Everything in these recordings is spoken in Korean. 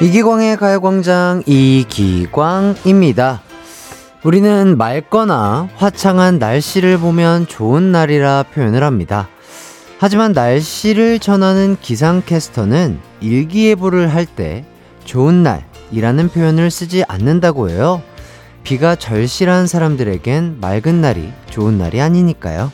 이기광의 가요광장 이기광입니다. 우리는 맑거나 화창한 날씨를 보면 좋은 날이라 표현을 합니다. 하지만 날씨를 전하는 기상캐스터는 일기예보를 할 때 좋은 날이라는 표현을 쓰지 않는다고 해요. 비가 절실한 사람들에겐 맑은 날이 좋은 날이 아니니까요.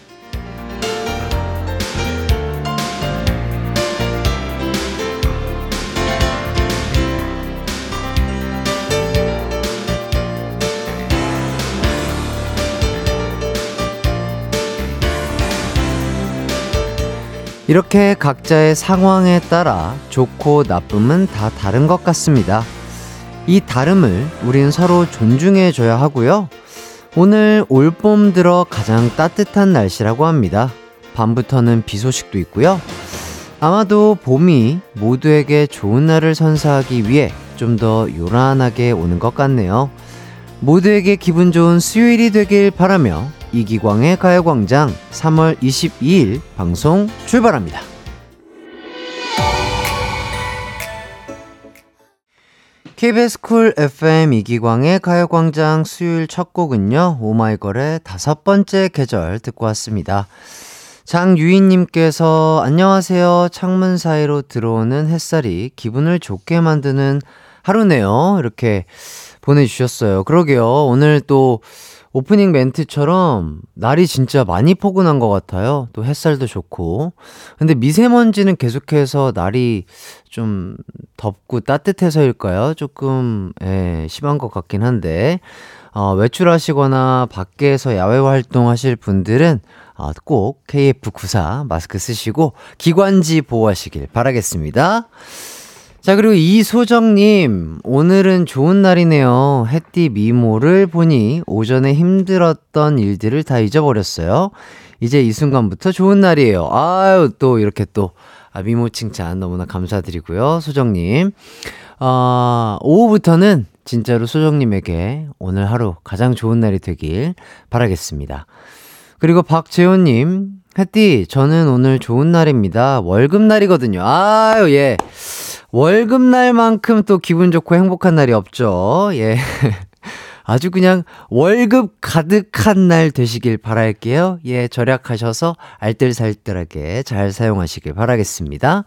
이렇게 각자의 상황에 따라 좋고 나쁨은 다 다른 것 같습니다. 이 다름을 우린 서로 존중해 줘야 하고요. 오늘 올봄 들어 가장 따뜻한 날씨라고 합니다. 밤부터는 비 소식도 있고요. 아마도 봄이 모두에게 좋은 날을 선사하기 위해 좀 더 요란하게 오는 것 같네요. 모두에게 기분 좋은 수요일이 되길 바라며 이기광의 가요광장 3월 22일 방송 출발합니다. KBS 쿨 FM 이기광의 가요광장 수요일 첫 곡은요, 오마이걸의 다섯 번째 계절 듣고 왔습니다. 장유인님께서 안녕하세요. 창문 사이로 들어오는 햇살이 기분을 좋게 만드는 하루네요. 이렇게 보내주셨어요. 그러게요. 오늘 또 오프닝 멘트처럼 날이 진짜 많이 포근한 것 같아요. 또 햇살도 좋고. 근데 미세먼지는 계속해서 날이 좀 덥고 따뜻해서일까요? 조금, 예, 심한 것 같긴 한데. 어, 외출하시거나 밖에서 야외 활동하실 분들은 어, 꼭 KF94 마스크 쓰시고 기관지 보호하시길 바라겠습니다. 자, 그리고 이소정님, 오늘은 좋은 날이네요. 햇띠 미모를 보니 오전에 힘들었던 일들을 다 잊어버렸어요. 이제 이 순간부터 좋은 날이에요. 아유, 또 이렇게 또, 아, 미모 칭찬 너무나 감사드리고요. 소정님. 아, 오후부터는 진짜로 소정님에게 오늘 하루 가장 좋은 날이 되길 바라겠습니다. 그리고 박재호님, 햇띠, 저는 오늘 좋은 날입니다. 월급날이거든요. 아유, 예. 월급날만큼 또 기분 좋고 행복한 날이 없죠. 예. 아주 그냥 월급 가득한 날 되시길 바랄게요. 예, 절약하셔서 알뜰살뜰하게 잘 사용하시길 바라겠습니다.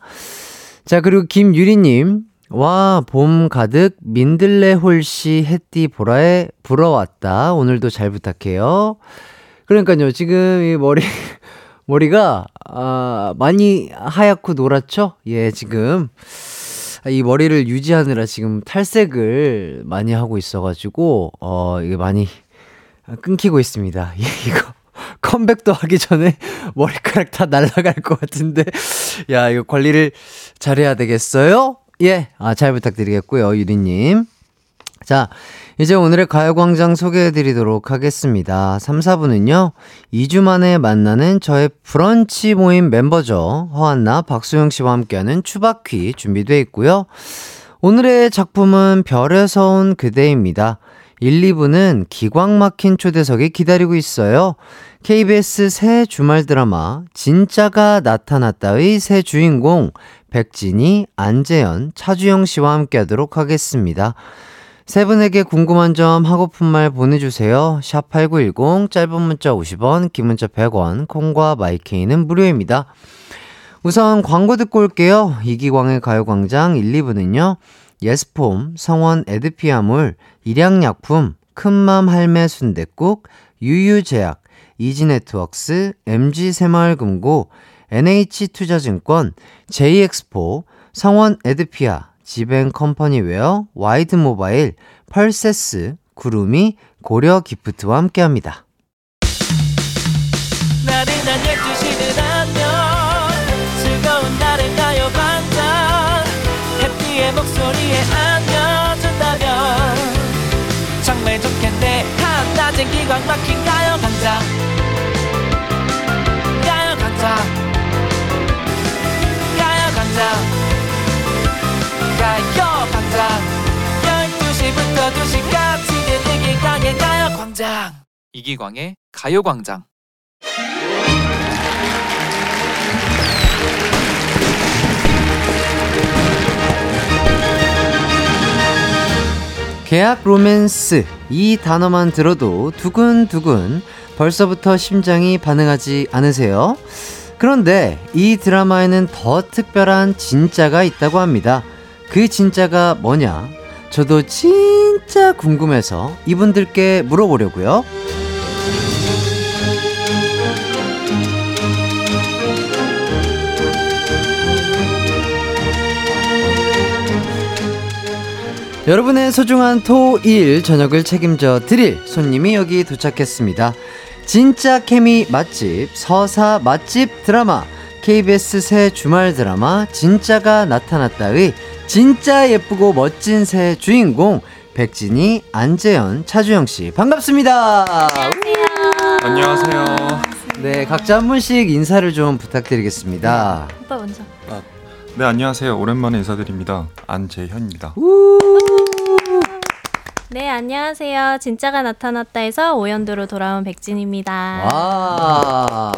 자, 그리고 김유리님. 와, 봄 가득 민들레 홀씨 햇띠 보라에 불어왔다. 오늘도 잘 부탁해요. 그러니까요, 지금 이 머리, 머리가, 아, 많이 하얗고 노랗죠? 예, 지금. 이 머리를 유지하느라 지금 탈색을 많이 하고 있어가지고, 어, 이게 많이 끊기고 있습니다. 예, 이거. 컴백도 하기 전에 머리카락 다 날아갈 것 같은데. 야, 이거 관리를 잘해야 되겠어요? 예, 아, 잘 부탁드리겠고요, 유리님. 자, 이제 오늘의 가요광장 소개해드리도록 하겠습니다. 3, 4부는요, 2주 만에 만나는 저의 브런치 모임 멤버죠. 허한나, 박수영 씨와 함께하는 추바퀴 준비되어 있고요. 오늘의 작품은 별에서 온 그대입니다. 1, 2부는 기광 막힌 초대석이 기다리고 있어요. KBS 새 주말 드라마, 진짜가 나타났다의 새 주인공, 백진이, 안재현, 차주영 씨와 함께하도록 하겠습니다. 세 분에게 궁금한 점 하고픈 말 보내주세요. 샵 8910 짧은 문자 50원 긴 문자 100원 콩과 마이케이는 무료입니다. 우선 광고 듣고 올게요. 이기광의 가요광장 1, 2부는요. 예스폼, 성원 에드피아몰, 일양약품, 큰맘 할매 순댓국, 유유제약, 이지네트웍스, MG새마을금고, NH투자증권, JX포, 성원 에드피아, 지벤 컴퍼니웨어, 와이드 모바일, 펄세스, 구루미, 고려 기프트와 함께합니다. 나른한 12시는 안녕 즐거운 날을 가요광장 해피의 목소리에 안겨준다면 정말 좋겠네 한낮엔 기광 막힌 가요광장 가요광장 가요광장 가요광장 12시부터 2시까지는 이기광의 가요광장 이기광의 가요광장 계약 로맨스 이 단어만 들어도 두근두근 벌써부터 심장이 반응하지 않으세요? 그런데 이 드라마에는 더 특별한 진짜가 있다고 합니다. 그 진짜가 뭐냐? 저도 진짜 궁금해서 이분들께 물어보려고요. 여러분의 소중한 토일 저녁을 책임져 드릴 손님이 여기 도착했습니다. 진짜 케미 맛집 서사 맛집 드라마 KBS 새 주말 드라마 진짜가 나타났다의 진짜 예쁘고 멋진 새 주인공 백진이 안재현 차주영 씨 반갑습니다. 안녕하세요. 네 각자 한 분씩 인사를 좀 부탁드리겠습니다. 오빠 먼저. 네 안녕하세요. 오랜만에 인사드립니다. 안재현입니다. 네, 안녕하세요. 진짜가 나타났다에서 오연도로 돌아온 백진입니다. 와.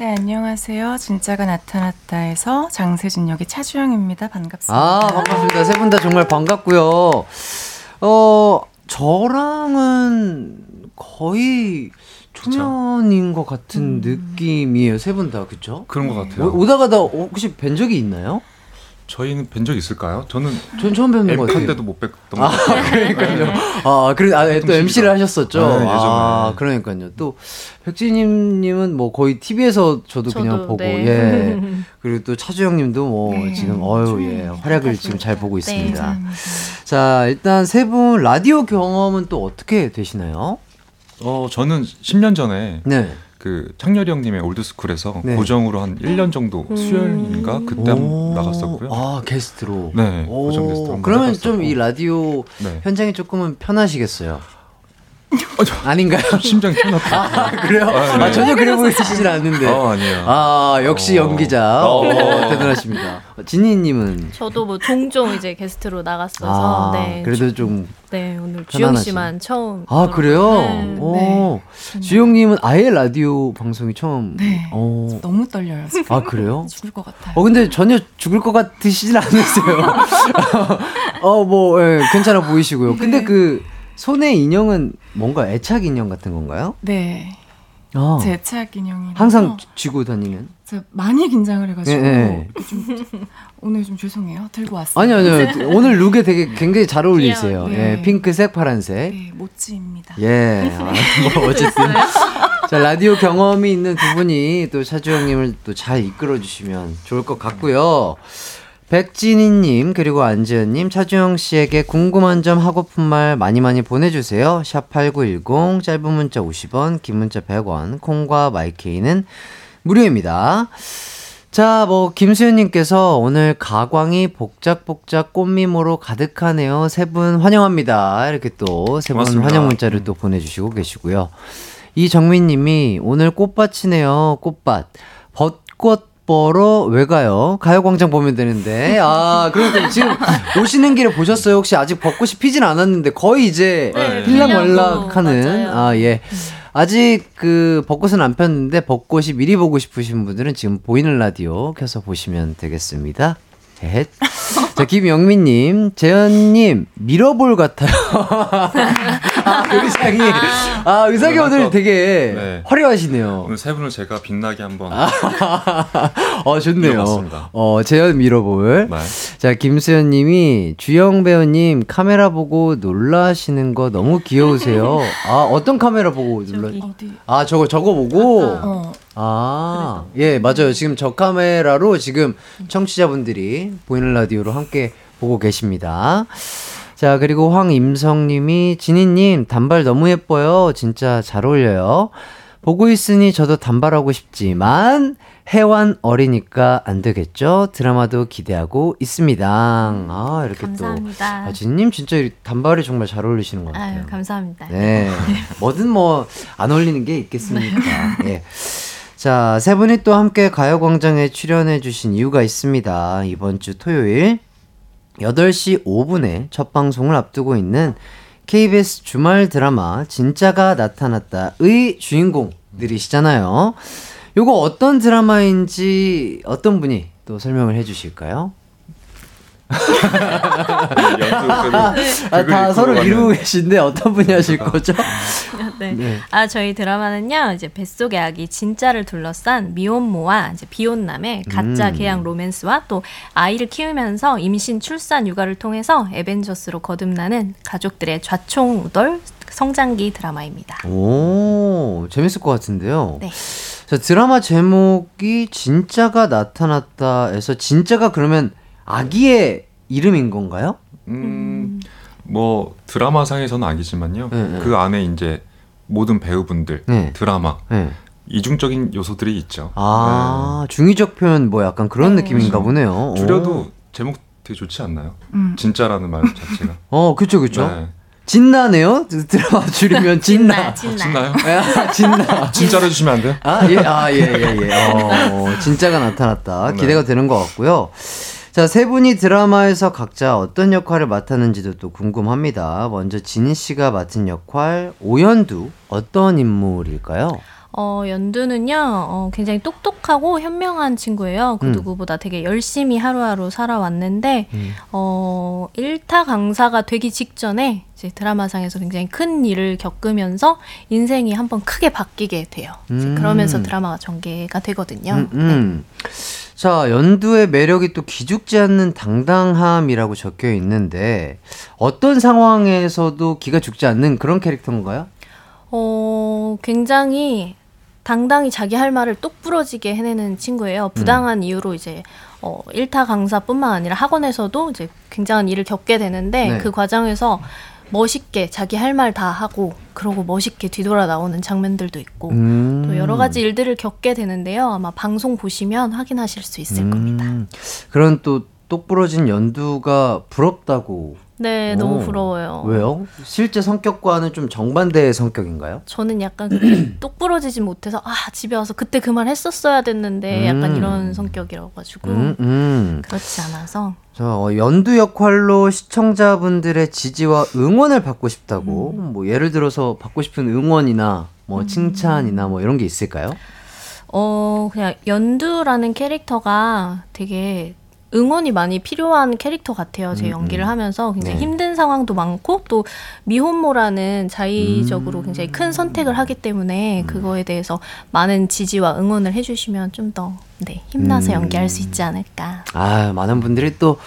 네, 안녕하세요. 진짜가 나타났다에서 장세진 역의 차주영입니다. 반갑습니다. 아, 반갑습니다. 세 분 다 정말 반갑고요. 어, 저랑은 거의 초면인 것 같은 느낌이에요. 세 분 다, 그쵸? 그런 것 오- 같아요. 오다 가다 혹시 뵌 적이 있나요? 저희는 뵌 적 있을까요? 저는 전 처음 뵙는 것 엠판 같아요. 때도 못 뵀던 아, 것 같아요. 네. 그러니까요. 아, 그래, 아, 또 통신이다. MC를 하셨었죠. 네, 예전에. 아, 그러니까요. 또, 백지님님은 뭐 거의 TV에서 저도, 그냥 보고, 예. 그리고 또 차주영님도 뭐 네, 지금, 어유, 예. 음, 활약을 지금 잘 반갑습니다. 보고 네. 있습니다. 감사합니다. 자, 일단 세 분 라디오 경험은 또 어떻게 되시나요? 어 저는 10년 전에 네. 그 창렬이 형님의 올드스쿨에서 네. 고정으로 한 1년 정도 수요일인가 그때 한번 오, 나갔었고요. 아, 게스트로. 네, 오, 고정 게스트로 한번 그러면 나갔었고. 좀 이 라디오 네. 현장이 조금은 편하시겠어요? 어, 저- 아닌가요? 심장이 편났다. 아, 그래요? 아, 네. 아, 전혀 그래 보이시진 않는데. 어 아니에요. 네. 아, 역시 어. 연기자. 어. 어, 대단하십니다. 진희님은. 저도 뭐 종종 이제 게스트로 아, 나갔어서 네. 그래도 좀. 주- 네, 오늘 편안하지. 주영 씨만 처음. 아, 그래요? 네. 오. 네. 주영님은 아예 라디오 방송이 처음. 네. 오. 너무 떨려요. 지금. 아, 그래요? 죽을 것 같아요. 어 근데 전혀 죽을 것 같으시진 않으세요. 어뭐 예, 괜찮아 보이시고요. 근데 네. 그 손의 인형은 뭔가 애착 인형 같은 건가요? 네. 아 제 어. 애착 인형이 항상 쥐고 다니는. 제가 많이 긴장을 해가지고 예, 예. 좀, 오늘 좀 죄송해요. 들고 왔어요. 아니 아니요 오늘 룩에 되게 굉장히 잘 어울리세요. 네. 귀여워요. 예 네. 핑크색 파란색. 네, 모찌입니다. 예. 아, 뭐 어쨌든 자 라디오 경험이 있는 두 분이 또 차주영님을 또 잘 이끌어 주시면 좋을 것 같고요. 백진희님 그리고 안지현님 차주영 씨에게 궁금한 점 하고픈 말 많이 많이 보내주세요. 샵 #8910 짧은 문자 50원, 긴 문자 100원, 콩과 마이케이는 무료입니다. 자, 뭐 김수현님께서 오늘 가광이 복작복작 꽃미모로 가득하네요. 세 분 환영합니다. 이렇게 또 세 분 고맙습니다. 음. 환영 문자를 또 보내주시고 계시고요. 이정민님이 오늘 꽃밭이네요. 꽃밭 벚꽃 보러 왜 가요? 가요광장 보면 되는데 아 그러니까 지금 오시는 길에 보셨어요? 혹시 아직 벚꽃이 피진 않았는데 거의 이제 네, 필락말락하는 맞아요. 아 예. 아직 그 벚꽃은 안 폈는데 벚꽃이 미리 보고 싶으신 분들은 지금 보이는 라디오 켜서 보시면 되겠습니다. 헷. 자 김영민님, 재현님 밀어볼 같아요. 아, 의상이 아 의상이 오늘 되게 네. 화려하시네요. 오늘 세 분을 제가 빛나게 한번 아. 어 좋네요. 밀어봤습니다. 네. 어 재현 밀어볼. 말. 자, 김수현 님이 주영 배우님 카메라 보고 놀라시는 거 너무 귀여우세요. 아, 어떤 카메라 보고 놀라? 저기. 어디? 아, 저거 저거 보고. 어, 아, 그러니까. 예, 맞아요. 지금 저 카메라로 지금 청취자분들이 보이는 라디오로 함께 보고 계십니다. 자, 그리고 황임성 님이 진희 님 단발 너무 예뻐요. 진짜 잘 어울려요. 보고 있으니 저도 단발하고 싶지만 해완 어리니까 안 되겠죠. 드라마도 기대하고 있습니다. 아, 이렇게 또 음, 감사합니다. 아, 진님 진짜 이 단발이 정말 잘 어울리시는 것 같아요. 아유, 감사합니다. 네. 뭐든 뭐 안 어울리는 게 있겠습니까? 예. 자, 세 분이 또 함께 가요광장에 출연해 주신 이유가 있습니다. 이번 주 토요일 8시 5분에 첫 방송을 앞두고 있는 KBS 주말 드라마 진짜가 나타났다의 주인공들이시잖아요. 요거 어떤 드라마인지 어떤 분이 또 설명을 해 주실까요? 연습을 아, 다 네, 그걸 서로 입고 미루고 가는. 계신데 어떤 분이 하실 거죠? 네. 네. 아 저희 드라마는요 이제 뱃속의 아기 진짜를 둘러싼 미혼모와 이제 비혼남의 가짜 음. 계약 로맨스와 또 아이를 키우면서 임신 출산 육아를 통해서 에벤져스로 거듭나는 가족들의 좌충우돌 성장기 드라마입니다. 오, 재밌을 것 같은데요. 네. 자, 드라마 제목이 진짜가 나타났다에서 진짜가 그러면 아기의 이름인 건가요? 음, 뭐 드라마상에서는 아니지만요. 네, 네. 그 안에 이제 모든 배우분들 네. 드라마 네. 이중적인 요소들이 있죠. 아, 중의적 표현 뭐 약간 그런 네. 느낌인가 보네요. 네. 줄여도 제목 되게 좋지 않나요? 음. 진짜라는 말 자체가. 어, 그쵸, 그쵸. 네. 진나네요? 드라마 줄이면 진나. 진나. 진나요? 야, 진나. 진짜로 해주시면 안 돼요? 아, 예, 아, 예, 예, 예. 어, 진짜가 나타났다. 네. 기대가 되는 것 같고요. 자, 세 분이 드라마에서 각자 어떤 역할을 맡았는지도 또 궁금합니다. 먼저 진희 씨가 맡은 역할, 오연두, 어떤 인물일까요? 어, 연두는요, 어, 굉장히 똑똑하고 현명한 친구예요. 그 음. 누구보다 되게 열심히 하루하루 살아왔는데, 음. 어, 일타 강사가 되기 직전에 이제 드라마상에서 굉장히 큰 일을 겪으면서 인생이 한번 크게 바뀌게 돼요. 이제 음. 그러면서 드라마가 전개가 되거든요. 음, 음. 네. 자, 연두의 매력이 또 기죽지 않는 당당함이라고 적혀 있는데, 어떤 상황에서도 기가 죽지 않는 그런 캐릭터인가요? 어, 굉장히 당당히 자기 할 말을 똑부러지게 해내는 음. 친구예요. 부당한 이유로 이제 어, 1타 강사뿐만 아니라 학원에서도 이제 굉장한 일을 겪게 되는데 네. 그 과정에서 멋있게 자기 할 말 다 하고 그러고 멋있게 뒤돌아 나오는 장면들도 있고 음. 또 여러 가지 일들을 겪게 되는데요. 아마 방송 보시면 확인하실 수 있을 겁니다. 음, 그런 또 똑부러진 연두가 부럽다고. 네, 오. 너무 부러워요. 왜요? 실제 성격과는 좀 정반대의 성격인가요? 저는 약간 그렇게 똑부러지지 못해서 아 집에 와서 그때 그 말 했었어야 됐는데 약간 음. 이런 성격이라 가지고 음, 음. 그렇지 않아서 저 어, 연두 역할로 시청자분들의 지지와 응원을 받고 싶다고. 음. 뭐 예를 들어서 받고 싶은 응원이나 뭐 칭찬이나 뭐 이런 게 있을까요? 어 그냥 연두라는 캐릭터가 되게 응원이 많이 필요한 캐릭터 같아요. 제 음, 연기를 음. 하면서 굉장히 네. 힘든 상황도 많고 또 미혼모라는 자의적으로 음. 굉장히 큰 선택을 하기 때문에 그거에 대해서 많은 지지와 응원을 해주시면 좀 더 네, 힘나서 음. 연기할 수 있지 않을까. 아, 많은 분들이 또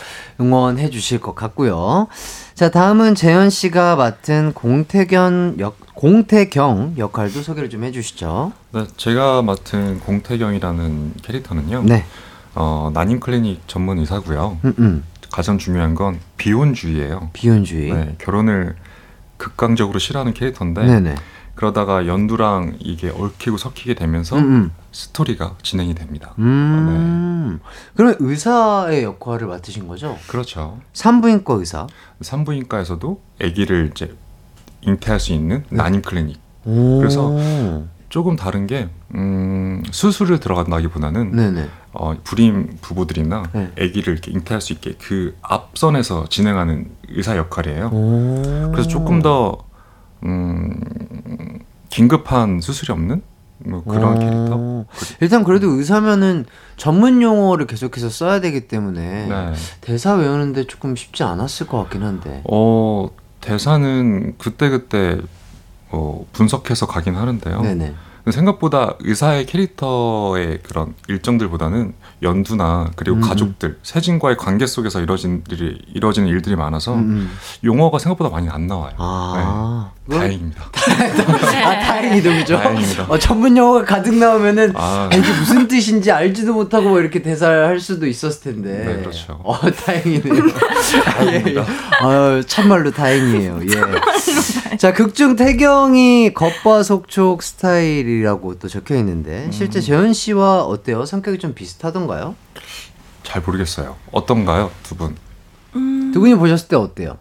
응원해 주실 것 같고요. 자, 다음은 재현 씨가 맡은 공태견 역 공태경 역할도 소개를 좀 해 주시죠. 네, 제가 맡은 공태경이라는 캐릭터는요. 네. 어, 난임 클리닉 전문 의사고요. 음, 음. 가장 중요한 건 비혼주의예요. 비혼주의. 네, 결혼을 극강적으로 싫어하는 캐릭터인데 네네. 그러다가 연두랑 이게 얽히고 섞이게 되면서 아, 네. 음, 스토리가 진행이 됩니다. 음. 음. 그러면 의사의 역할을 맡으신 거죠? 그렇죠. 산부인과 의사. 산부인과에서도 아기를 이제 잉태할 수 있는 네. 난임 클리닉. 오. 그래서- 조금 다른 게 음, 수술을 들어간다기보다는 네네. 어, 불임 부부들이나 네. 아기를 이렇게 잉태할 수 있게 그 앞선에서 진행하는 의사 역할이에요. 오. 그래서 조금 더 음, 긴급한 수술이 없는 뭐 그런 오. 캐릭터. 일단 그래도 의사면은 전문 용어를 계속해서 써야 되기 때문에 네. 대사 외우는데 조금 쉽지 않았을 것 같긴 한데. 어 대사는 그때 그때 어, 분석해서 가긴 하는데요. 네네. 근데 생각보다 의사의 캐릭터의 그런 일정들보다는 연두나 그리고 음, 가족들, 세진과의 관계 속에서 이루어진 일이 이루어지는 일들이 많아서 음, 음. 용어가 생각보다 많이 안 나와요. 아. 네. 그건- 다행입니다. 아, 다행이죠, 그죠? 다행입니다. 어, 전문 용어가 가득 나오면은 아, 아, 이게 무슨 뜻인지 알지도 못하고 뭐 이렇게 대사를 할 수도 있었을 텐데. 네, 그렇죠. 어, 다행이네요. 예. 다행입니다. 아, 참말로 다행이에요. 예. 자, 극중 태경이 겉바 속촉 스타일이라고 또 적혀 있는데 실제 음. 재현 씨와 어때요? 성격이 좀 비슷하던가요? 잘 모르겠어요. 어떤가요, 두 분? 음, 두 분이 보셨을 때 어때요?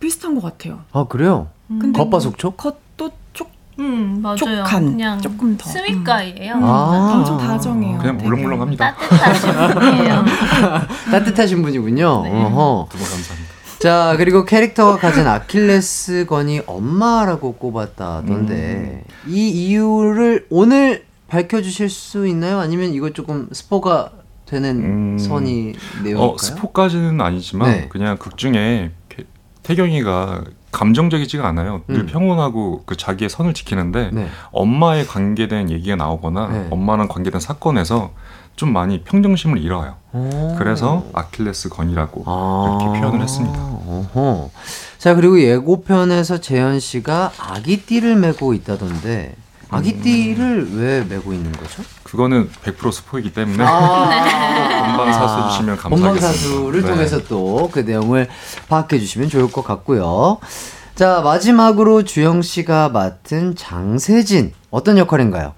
비슷한 것 같아요. 아, 그래요? 근데 겉바 속촉? 겉도 쪽, 음 맞아요. 촉한. 그냥 조금 더. 스윗가이예요. 음, 아. 엄청 다정해요. 그냥 되게. 물렁물렁합니다. 따뜻하신 네. 분이에요. 따뜻하신 분이군요. 네. 어허. 두 분 감사합니다. 자, 그리고 캐릭터가 가진 아킬레스건이 엄마라고 꼽았다던데, 음. 이 이유를 오늘 밝혀주실 수 있나요? 아니면 이거 조금 스포가 되는 음. 네, 선이 내용일까요? 어, 스포까지는 아니지만 네. 그냥 극 중에 이렇게 태경이가 감정적이지가 않아요. 늘 음. 평온하고 그 자기의 선을 지키는데 네. 엄마에 관계된 얘기가 나오거나 네. 엄마랑 관계된 사건에서 좀 많이 평정심을 잃어요. 오. 그래서 아킬레스 건이라고 아. 이렇게 표현을 했습니다. 어허. 자 그리고 예고편에서 재현 씨가 아기띠를 메고 있다던데 음. 아기띠를 왜 메고 있는 거죠? 그거는 100% 스포이기 때문에 아. 본방사수 본방사수 주시면 감사하겠습니다. 네. 아. 본방사수를 네. 통해서 또 그 내용을 파악해 주시면 좋을 것 같고요. 자 마지막으로 주영 씨가 맡은 장세진 어떤 역할인가요?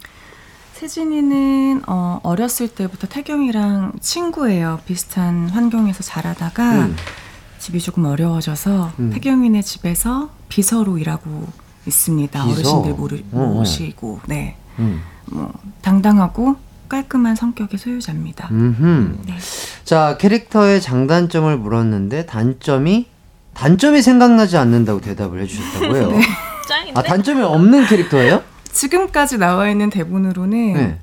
세진이는 어, 어렸을 때부터 태경이랑 친구예요. 비슷한 환경에서 자라다가 음. 집이 조금 어려워져서 음. 태경이네 집에서 비서로 일하고 있습니다. 비서? 어르신들 모르, 어, 어. 모시고 네, 음. 뭐 당당하고 깔끔한 성격의 소유자입니다. 음흠. 네. 자 캐릭터의 장단점을 물었는데 단점이 단점이 생각나지 않는다고 대답을 해주셨다고요. 네. 짱인데? 아 단점이 없는 캐릭터예요? 지금까지 나와 있는 대본으로는 네.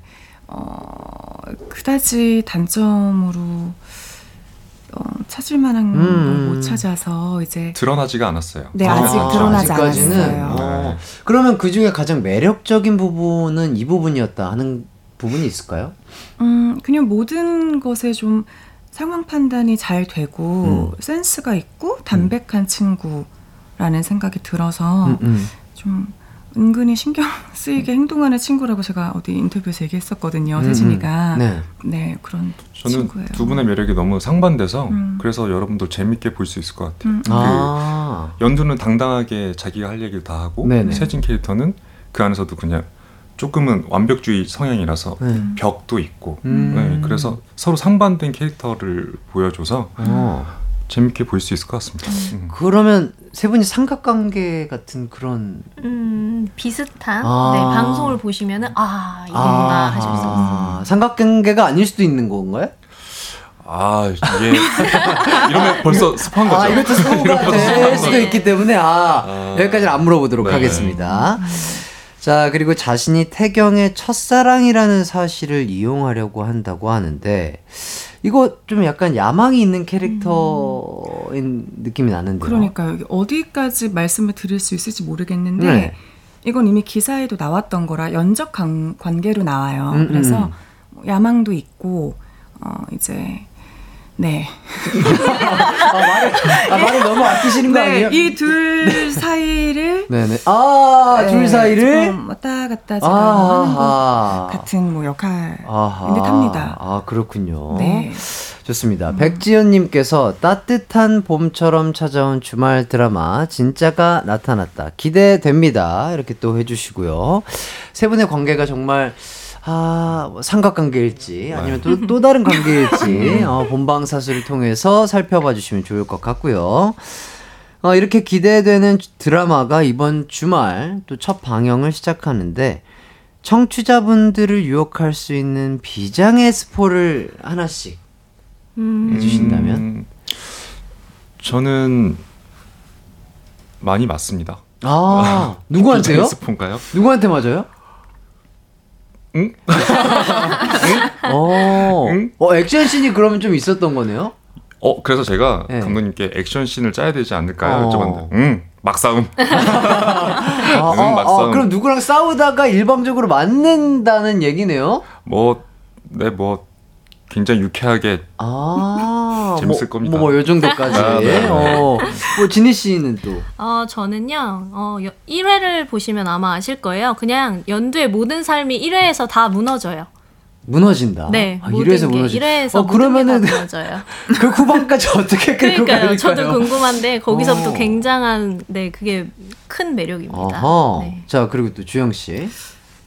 어, 그다지 단점으로 어, 찾을 만한 음. 걸 못 찾아서 이제 드러나지가 않았어요. 네, 아직 아, 드러나지 아직까지는? 않았어요. 어, 네. 그러면 그 중에 가장 매력적인 부분은 이 부분이었다 하는 부분이 있을까요? 음, 그냥 모든 것에 좀 상황 판단이 잘 되고 음. 센스가 있고 담백한 친구라는 생각이 들어서 음, 음. 좀 은근히 신경 쓰이게 행동하는 친구라고 제가 어디 인터뷰에서 얘기했었거든요. 음, 세진이가 음. 네. 네 그런 저는 친구예요. 두 분의 매력이 너무 상반돼서 음. 그래서 여러분들 재밌게 볼 수 있을 것 같아요. 그그 음, 음. 아. 연두는 당당하게 자기가 할 얘기를 다 하고 네네. 세진 캐릭터는 그 안에서도 그냥 조금은 완벽주의 성향이라서 네. 벽도 있고 음. 네, 그래서 서로 상반된 캐릭터를 보여줘서 어. 재밌게 볼 수 있을 것 같습니다. 음. 그러면 세 분이 삼각관계 같은 그런 음, 비슷한 아. 네, 방송을 보시면은 아 이건가 아, 하실 수 있어요. 삼각관계가 아닐 수도 있는 건가요? 아 이게 이러면 벌써 습한 거죠. 아, 이것도 스포가 될 수도 있기 때문에 아, 아. 여기까지는 안 물어보도록 네. 하겠습니다. 자, 그리고 자신이 태경의 첫사랑이라는 사실을 이용하려고 한다고 하는데 이거 좀 약간 야망이 있는 캐릭터인 느낌이 나는데요. 그러니까요. 이게 어디까지 말씀을 드릴 수 있을지 모르겠는데 네. 이건 이미 기사에도 나왔던 거라 연적 관, 관계로 나와요. 음, 그래서 음. 뭐 야망도 있고 어 이제 네. 아, 말을, 아, 말을 너무 아끼시는 거 아니에요? 예. 네, 이 둘 사이를 네네. 아, 둘 네, 사이를 아, 조금 왔다 갔다 지금 하는 것 아하. 같은 뭐 역할. 아하. 듯합니다. 아, 그렇군요. 네. 좋습니다. 백지연님께서 따뜻한 봄처럼 찾아온 주말 드라마 진짜가 나타났다 기대됩니다 이렇게 또 해주시고요. 세 분의 관계가 정말 아, 뭐 삼각관계일지 아니면 또, 또 다른 네. 관계일지 어, 본방 사수를 통해서 살펴봐 주시면 좋을 것 같고요. 어, 이렇게 기대되는 드라마가 이번 주말 또 첫 방영을 시작하는데 청취자분들을 유혹할 수 있는 비장의 스포를 하나씩 음, 해주신다면? 음, 저는 많이 맞습니다. 아 누구한테요? 음. 스폰가요? 누구한테 맞아요? 응? 어, 응? 어 액션 씬이 그러면 좀 있었던 거네요. 어 그래서 제가 네. 감독님께 액션 씬을 짜야 되지 않을까요? 어. 여쭤봤는데, 응 막싸움. 아, 아, 응, 막상. 그럼 누구랑 싸우다가 일방적으로 맞는다는 얘기네요. 뭐, 네, 뭐 굉장히 유쾌하게 아 재밌을 뭐, 겁니다. 뭐요 정도까지. 아, 네, 네. 어, 뭐 진희 씨는 또. 어, 저는요, 어, 1회를 보시면 아마 아실 거예요. 그냥 연두의 모든 삶이 1회에서 다 무너져요. 무너진다. 네. 아, 이래서 무너진. 1회에서 어 그러면은 무너져요. 그 후반까지 어떻게 끌고 그러니까요. 갈까요? 저도 궁금한데, 거기서부터 어. 굉장한, 네, 그게 큰 매력입니다. 어허. 네. 자 그리고 또 주영 씨.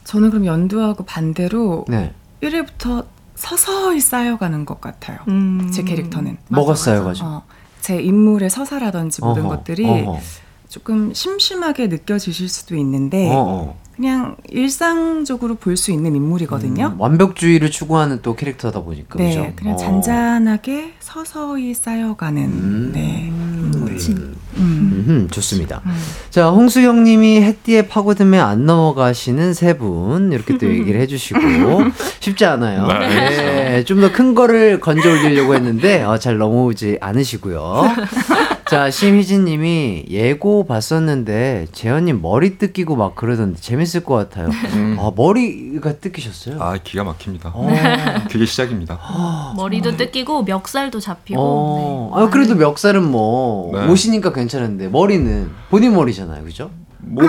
저는 그럼 연두하고 반대로 네. 1회부터 서서히 쌓여가는 것 같아요. 음. 제 캐릭터는. 뭐가 쌓여가지고? 어, 제 인물의 서사라든지 모든 어허, 것들이 어허. 조금 심심하게 느껴지실 수도 있는데 어허. 그냥 일상적으로 볼 수 있는 인물이거든요. 음, 완벽주의를 추구하는 또 캐릭터다 보니까 네, 그죠? 그냥 어. 잔잔하게 서서히 쌓여가는 음. 네, 음, 지침. 음. 음흠, 좋습니다. 자, 홍수영 님이 햇띠에 파고들면 안 넘어가시는 세 분 이렇게 또 얘기를 해 주시고 쉽지 않아요. 네. 좀 더 큰 거를 건져 올리려고 했는데 어, 잘 넘어오지 않으시고요. 자, 심희진 님이 예고 봤었는데 재현 님 머리 뜯기고 막 그러던데 재밌을 것 같아요. 음. 아, 머리가 뜯기셨어요? 아 기가 막힙니다. 어. 그게 시작입니다. 머리도 뜯기고 멱살도 잡히고. 아, 어. 네. 아, 그래도 멱살은 뭐 네. 옷이니까 괜찮은데 머리는 본인 머리잖아요. 그죠? 뭐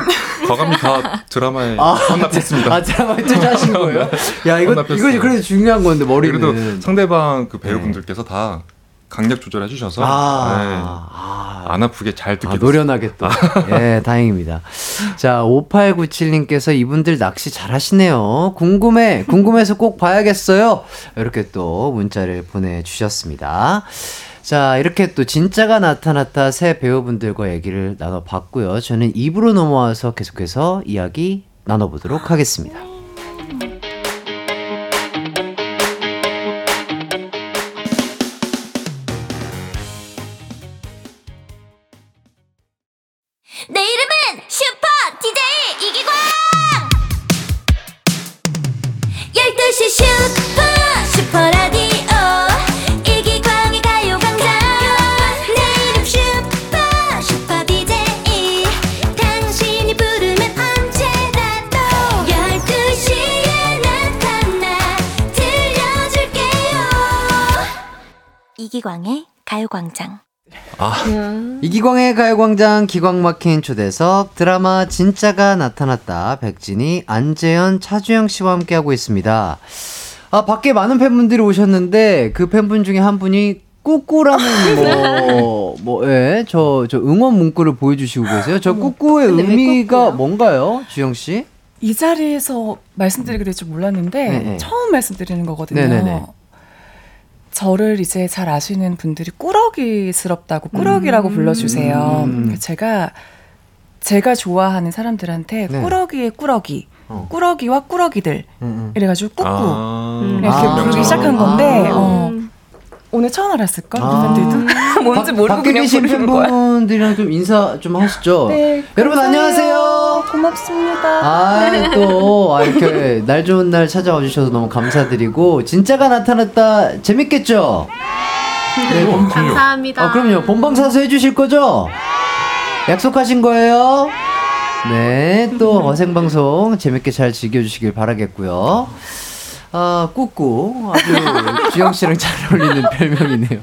과감히 다 드라마에 아, 헌납했습니다. 아, 제가 말투 짜신 거예요? 야, 이거, 혼납했어요. 이거 그래도 중요한 건데, 그래도 머리는. 아, 상대방 그 배우분들께서 다 강약 조절해 주셔서 네. 아, 네, 아, 안 아프게 잘 듣게 아, 노련하게 또. 예, 다행입니다. 자, 5897님께서 이분들 낚시 잘하시네요. 궁금해, 궁금해서 꼭 봐야겠어요. 이렇게 또 문자를 보내주셨습니다. 자, 이렇게 또 진짜가 나타났다 새 배우분들과 얘기를 나눠봤고요. 저는 입으로 넘어와서 계속해서 이야기 나눠보도록 하겠습니다. 내 이름은 슈퍼 DJ 이기광 12시 슈퍼 슈퍼라디오 이기광의 가요광장 내 이름 슈퍼 슈퍼 DJ 당신이 부르면 언제나 또 12시에 나타나 들려줄게요 이기광의 가요광장 이기광의 가요광장 기광 막힌 초대석 드라마 진짜가 나타났다 백진이 안재현 차주영 씨와 함께하고 있습니다. 아 밖에 많은 팬분들이 오셨는데 그 팬분 중에 한 분이 꾸꾸라는 뭐, 뭐뭐예저저 응원 문구를 보여주시고 계세요. 저 꾸꾸의 근데 왜 의미가 꾸꾸야? 뭔가요, 주영 씨? 이 자리에서 말씀드리게 될 줄 몰랐는데 네, 네. 처음 말씀드리는 거거든요. 네, 네, 네. 저를 이제 잘 아시는 분들이 꾸러기스럽다고 꾸러기라고 불러주세요. 음. 제가 제가 좋아하는 사람들한테 네. 꾸러기의 꾸러기, 어. 음. 꾸러기와 꾸러기들 이래가지고 꾸꾸 아, 음. 이렇게 아. 부르기 시작한 건데 아. 어, 음. 오늘 처음 알았을 걸. 아. 뭔지 밖- 모르고 밖에 그냥 계신 부르는 거야. 팬분들이랑 좀 인사 좀 하시죠. 네, 여러분 감사해요. 안녕하세요. 고맙습니다. 아, 또, 아, 이렇게 날 좋은 날 찾아와 주셔서 너무 감사드리고, 진짜가 나타났다, 재밌겠죠? 네, 고- 감사합니다. 네. 아, 그럼요. 본방사수 해주실 거죠? 약속하신 거예요? 네, 또 어생방송 재밌게 잘 즐겨주시길 바라겠고요. 아, 꾸꾸. 아주 주영 씨랑 잘 어울리는 별명이네요.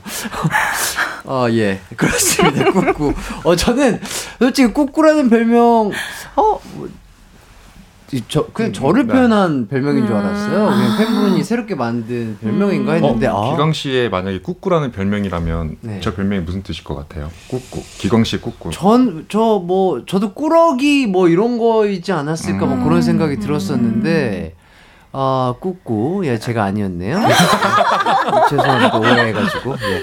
어, 예. 그렇습니다. 꾸꾸. 어, 저는 솔직히 꾸꾸라는 별명, 어, 뭐, 이 저, 그냥 음, 저를 네. 표현한 별명인 음. 줄 알았어요. 그냥 팬분이 새롭게 만든 별명인가 어, 했는데, 아. 기광 씨의 만약에 꾸꾸라는 별명이라면 네. 저 별명이 무슨 뜻일 것 같아요? 꾸꾸. 기광 씨 꾸꾸. 전 저 뭐 저도 꾸러기 뭐 이런 거이지 않았을까 뭐 그런 생각이 들었었는데 아 꾸꾸 예 제가 아니었네요 죄송합니다 오해해가지고 예.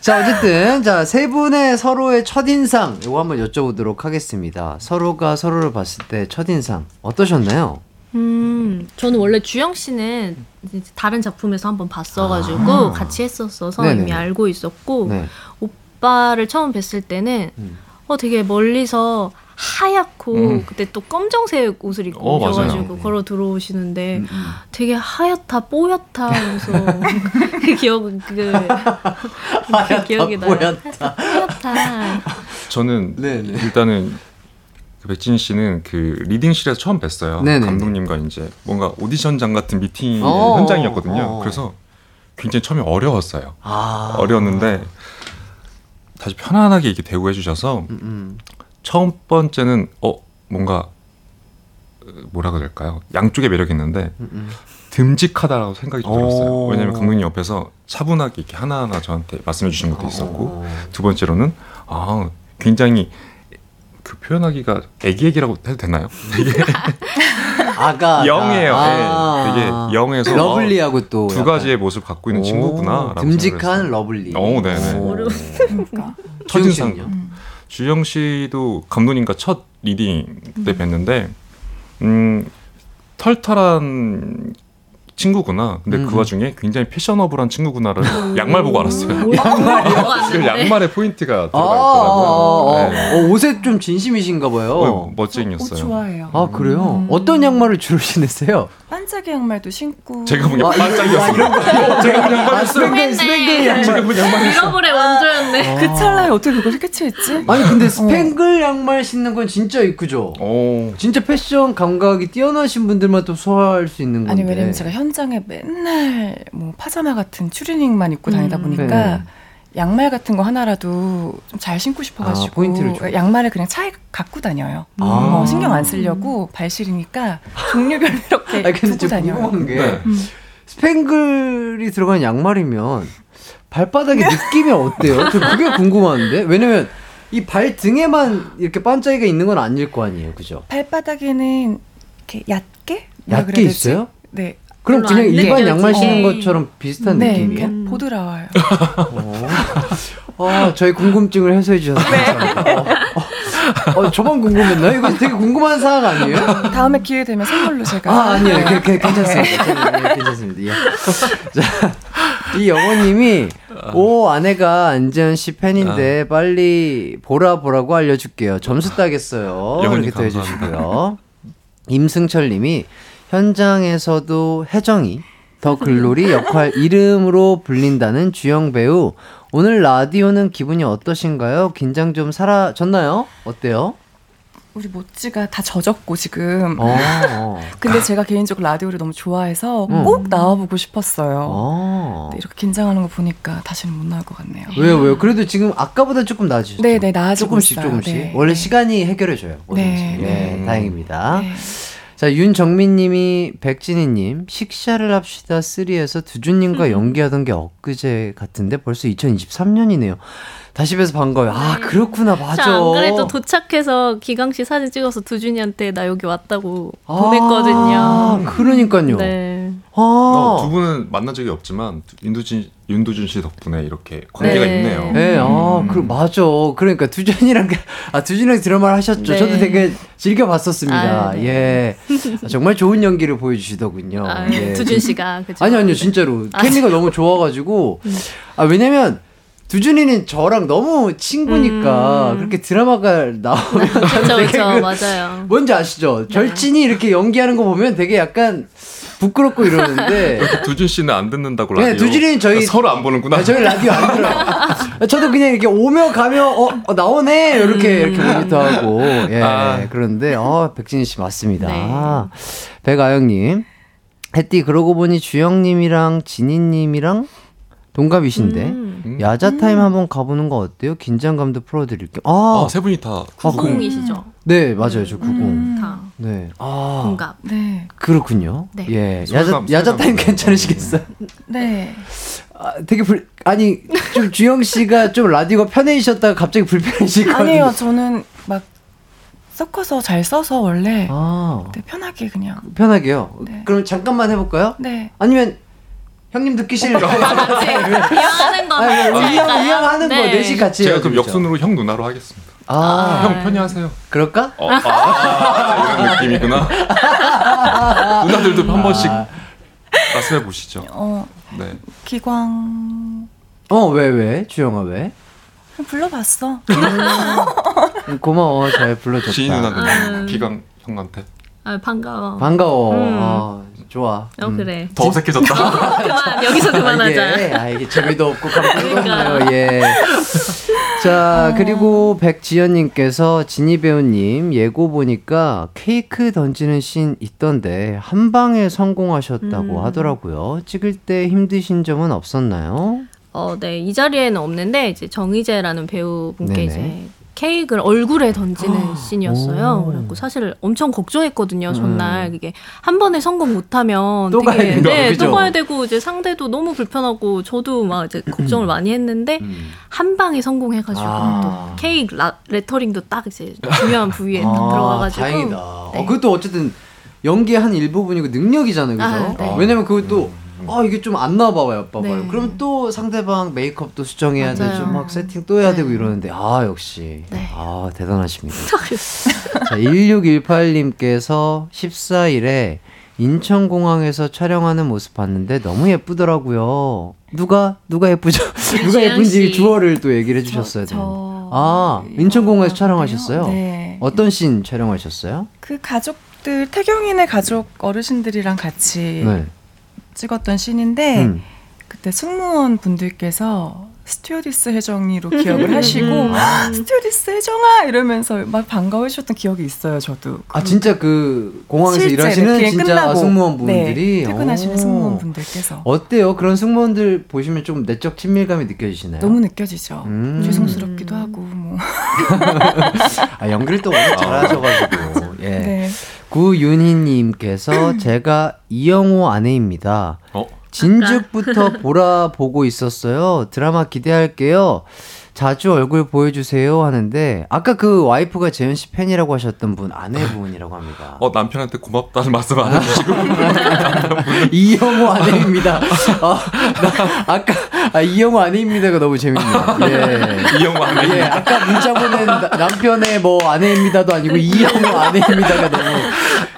자 어쨌든 자 세 분의 서로의 첫 인상 이거 한번 여쭤보도록 하겠습니다 서로가 서로를 봤을 때첫 인상 어떠셨나요? 음, 저는 원래 주영 씨는 이제 다른 작품에서 한번 봤어가지고 아. 같이 했었어서 네네네. 이미 알고 있었고 네 오빠를 처음 뵀을 때는 음. 어 되게 멀리서 하얗고 음. 그때 또 검정색 옷을 입고 어, 맞아요. 오셔가지고 걸어 들어오시는데 음, 음. 되게 하얗다 뽀얗다 하면서 그 기억 그, 그 기억이 나요. 뽀얗다. 뽀얗다. 저는 아, 네네 일단은 그 백진 씨는 그 리딩실에서 처음 뵀어요. 네네. 감독님과 이제 뭔가 오디션장 같은 미팅 어, 현장이었거든요. 어. 그래서 굉장히 처음에 어려웠어요. 아 어려웠는데 다시 편안하게 이렇게 대우해 주셔서 음, 음. 처음 번째는 어 뭔가 어, 뭐라고 될까요? 양쪽의 매력이 있는데 음, 음. 듬직하다라고 생각이 좀 오. 들었어요. 왜냐하면 감독님 옆에서 차분하게 이렇게 하나하나 저한테 말씀해 주신 것도 있었고 어. 두 번째로는 아 굉장히 그 표현하기가 애기애기라고 해도 되나요? 되게 아가 영이에요. 아. 예. 되게 영에서 러블리하고 또 아, 두 약간. 가지의 모습 갖고 있는 오, 친구구나. 듬직한 러블리. 오, 네네. 어, 그러니까. 첫인상. 주영 씨는요? 주영 씨도 감독님과 첫 리딩 때 뵀는데 음 털털한 음, 친구구나. 근데 음, 그 음. 와중에 굉장히 패셔너블한 친구구나를 양말 음. 보고 알았어요. 뭐 그 양말에 포인트가 아, 아, 들어가 아, 아. 있더라고요. 네. 어, 옷에 좀 진심이신가 어, 봐요. 옷 멋쟁이였어요. 좋아해요. 아, 그래요? 음. 어떤 양말을 주로 신으세요? 반짝이 양말도 신고. 제가 뭐- 보기엔 아, 이거- 반짝이었어요. 제가 보기엔 아, 반짝이었어요. 스팽글, 스팽글 양말. 제가 보기엔 반짝이었어요. 잃어버려 원조였네. 그 찰나에 어떻게 그걸 캐치했지? 아니, 어. 근데 스팽글 양말 신는 건 진짜 이쁘죠? 오. 진짜 패션 감각이 뛰어나신 분들만 또 소화할 수 있는 건데. 아니 왜냐면 제가 현장에 맨날 뭐 파자마 같은 추리닝만 입고 다니다 음. 보니까 네. 양말 같은 거 하나라도 좀 잘 신고 싶어가지고 그러니까 아, 포인트를 줘. 양말을 그냥 차에 갖고 다녀요. 아. 뭐 신경 안 쓰려고 발 시리니까 종류별 이렇게 아니, 근데 두고 제가 다녀요. 궁금한 게 네. 스팽글이 들어간 양말이면 발바닥의 느낌이 어때요? 저 그게 궁금한데 왜냐면 이 발등에만 이렇게 반짝이가 있는 건 아닐 거 아니에요, 그죠? 발바닥에는 이렇게 얕게 뭐라 얇게 그래야 되지? 있어요? 네, 그럼 별로 그냥 안 일반 느껴지지. 양말 신는 어. 것처럼 비슷한 네, 느낌이에요? 음. 그러니까 보드라워요. 어. 아, 저희 궁금증을 해소해 주셔서 감사합니다. 어, 어, 어, 저만 궁금했나요? 이거 되게 궁금한 사항 아니에요? 다음에 기회 되면 선물로 제가 아, 아니에요. 네. 그, 그, 괜찮습니다. 아. 저는, 네, 괜찮습니다. 예. 자, 이 영호님이, 아. 오, 아내가 안재현 씨 팬인데, 빨리 보라 보라고 알려줄게요. 점수 따겠어요. 영호님 이렇게 또 감사합니다. 해주시고요. 임승철 님이, 현장에서도 혜정이, 더 글로리 역할 이름으로 불린다는 주영 배우, 오늘 라디오는 기분이 어떠신가요? 긴장 좀 사라졌나요? 어때요? 우리 모찌가 다 젖었고 지금. 어. 어. 근데 제가 개인적으로 라디오를 너무 좋아해서 음. 꼭 나와보고 싶었어요. 어. 근데 이렇게 긴장하는 거 보니까 다시는 못 나올 것 같네요. 왜요 왜요? 그래도 지금 아까보다 조금 나아지죠. 네, 네, 나아지고 조금씩 있어요. 조금씩. 네. 원래 네. 시간이 해결해줘요. 네, 네, 네. 네. 다행입니다. 네. 자 윤정민님이 백진희님 식샤를 합시다 3에서 음. 두준님과 연기하던 게 엊그제 같은데 벌써 2023년이네요. 다시 뵈서 반가워요. 아 네. 그렇구나 맞아. 저안 그래도 도착해서 기강 씨 사진 찍어서 두준이한테 나 여기 왔다고 아, 보냈거든요. 그러니까요. 네. 아, 어, 두 분은 만난 적이 없지만 윤두진 윤두준 씨 덕분에 이렇게 관계가 네. 있네요. 네, 아, 그, 맞아. 그러니까, 두준이랑, 아, 두준이랑 드라마를 하셨죠. 네. 저도 되게 즐겨봤었습니다. 아유, 네. 예. 아, 정말 좋은 연기를 보여주시더군요. 아, 예. 두준 씨가 그죠. 아니, 아니요, 진짜로. 케미가 너무 좋아가지고. 음. 아, 왜냐면, 두준이는 저랑 너무 친구니까, 음. 그렇게 드라마가 나오면 그렇죠, 되게 그렇죠, 그- 맞아요. 뭔지 아시죠? 절친이 이렇게 연기하는 거 보면 되게 약간 부끄럽고 이러는데. 그 두준 씨는 안 듣는다고 네, 라디오. 두준이는 저희- 서로 안 보는구나. 아, 저희 라디오 안 들어요. 저도 그냥 이렇게 오며 가며 어, 어, 나오네 이렇게 이렇게 보기도 하고 예 아. 그런데 어 백진희 씨 맞습니다. 네. 백아영님 해띠 그러고 보니 주영님이랑 진희님이랑 동갑이신데 음. 야자 타임 한번 가보는 거 어때요? 긴장감도 풀어드릴게요. 아, 아, 세 분이 다 그럼- 구공이시죠. 네 맞아요 저 구공. 다 네. 아 공감. 네. 그렇군요. 네. 예 야자 소감, 야자 소감. 타임 괜찮으시겠어요? 네. 아, 되게 불 아니 좀 주영 씨가 좀 라디오가 편해지셨다가 갑자기 불편해질 것 같은데. 아니에요. 저는 막 섞어서 잘 써서 원래 아 네, 편하게 그냥. 편하게요. 네. 그럼 잠깐만 해볼까요? 네. 아니면 형님 어, 듣기실 아, 네. 같이 이왕하는 거 같이 할까요? 이왕 하는 거 아, 네. 넷이 같이 제가 해야죠, 그럼 그죠? 역순으로 형 누나로 하겠습니다. 아, 형 편히 하세요. 그럴까? 어, 아, 이런 느낌이구나. 누나들도 아. 한 번씩 말씀해 보시죠. 어 네. 기광 어 왜 왜? 주영아 왜? 그냥 불러봤어. 네, 음, 고마워 잘 불러줬다. 지인 누나들 음. 기강 형한테 아, 반가워. 반가워. 음. 어, 좋아. 어 음. 그래. 더 어색해졌다. 그만 여기서 아, 그만하자. 이게, 아, 이게 재미도 없고 감동도 그러니까요. 아. 없네요. 예. 자, 그리고 백지연님께서 진희 배우님 예고 보니까 케이크 던지는 씬 있던데 한 방에 성공하셨다고 음. 하더라고요. 찍을 때 힘드신 점은 없었나요? 어, 네. 이 자리에는 없는데 이제 정희재라는 배우분께 네네. 아. 이제 케이크를 얼굴에 던지는 씬이었어요. 오. 음. 그래갖고 사실 엄청 걱정했거든요. 전날 그게 한 번에 성공 못하면 또 가야 되고, 네, 그죠? 또 가야 되고 이제 상대도 너무 불편하고 저도 막 이제 걱정을 많이 했는데 한 방에 성공해가지고 아. 또 케이크 라, 레터링도 딱 이제 중요한 부위에 딱 아, 예, 들어가가지고 다행이다. 어, 네. 그것도 어쨌든 연기의 한 일부분이고 능력이잖아요. 그죠? 어, 아, 네. 왜냐면 그것도 아 이게 좀 안 나와봐요, 봐봐요. 네. 그럼 또 상대방 메이크업도 수정해야 맞아요. 되죠, 막 세팅 또 해야 네. 되고 이러는데 아 역시 네. 아 대단하십니다. 자 1618님께서 14일에 인천공항에서 촬영하는 모습 봤는데 너무 예쁘더라고요. 누가 누가 예쁘죠? 누가 주양 예쁜지 씨. 주어를 또 얘기를 해주셨어야 저- 되는데. 저- 네. 아, 인천공항에서 촬영하셨어요? 네. 어떤 씬 촬영하셨어요? 그 가족들 태경이네 가족 어르신들이랑 같이 찍었던 씬인데 네. 음. 그때 승무원 분들께서 스튜어디스 혜정이로 기억을 하시고 스튜어디스 혜정아 이러면서 막 반가워 주셨던 기억이 있어요 저도 아 진짜 그 공항에서 음. 실제 일하시는 비행 진짜 끝나고, 승무원분들이 네, 퇴근하시는 오. 승무원분들께서 어때요? 그런 승무원들 보시면 좀 내적 친밀감이 느껴지시나요? 너무 느껴지죠 음. 죄송스럽기도 하고 뭐 아 연기를 또 워낙 잘하셔가지고 예. 네. 구윤희님께서 제가 이영호 아내입니다. 어? 진즉부터 보라 보고 있었어요. 드라마 기대할게요. 자주 얼굴 보여주세요 하는데 아까 그 와이프가 재현 씨 팬이라고 하셨던 분 아내분이라고 합니다. 어 남편한테 고맙다는 말씀 안 해주시고 이영호 아내입니다. 아, 나 아까 아, 이영호 아내입니다가 너무 재밌네요. 예. 이영호 안 예, 해. 아까 문자 보낸 나- 남편의 뭐 아내입니다도 아니고 이영호 아내입니다가 너무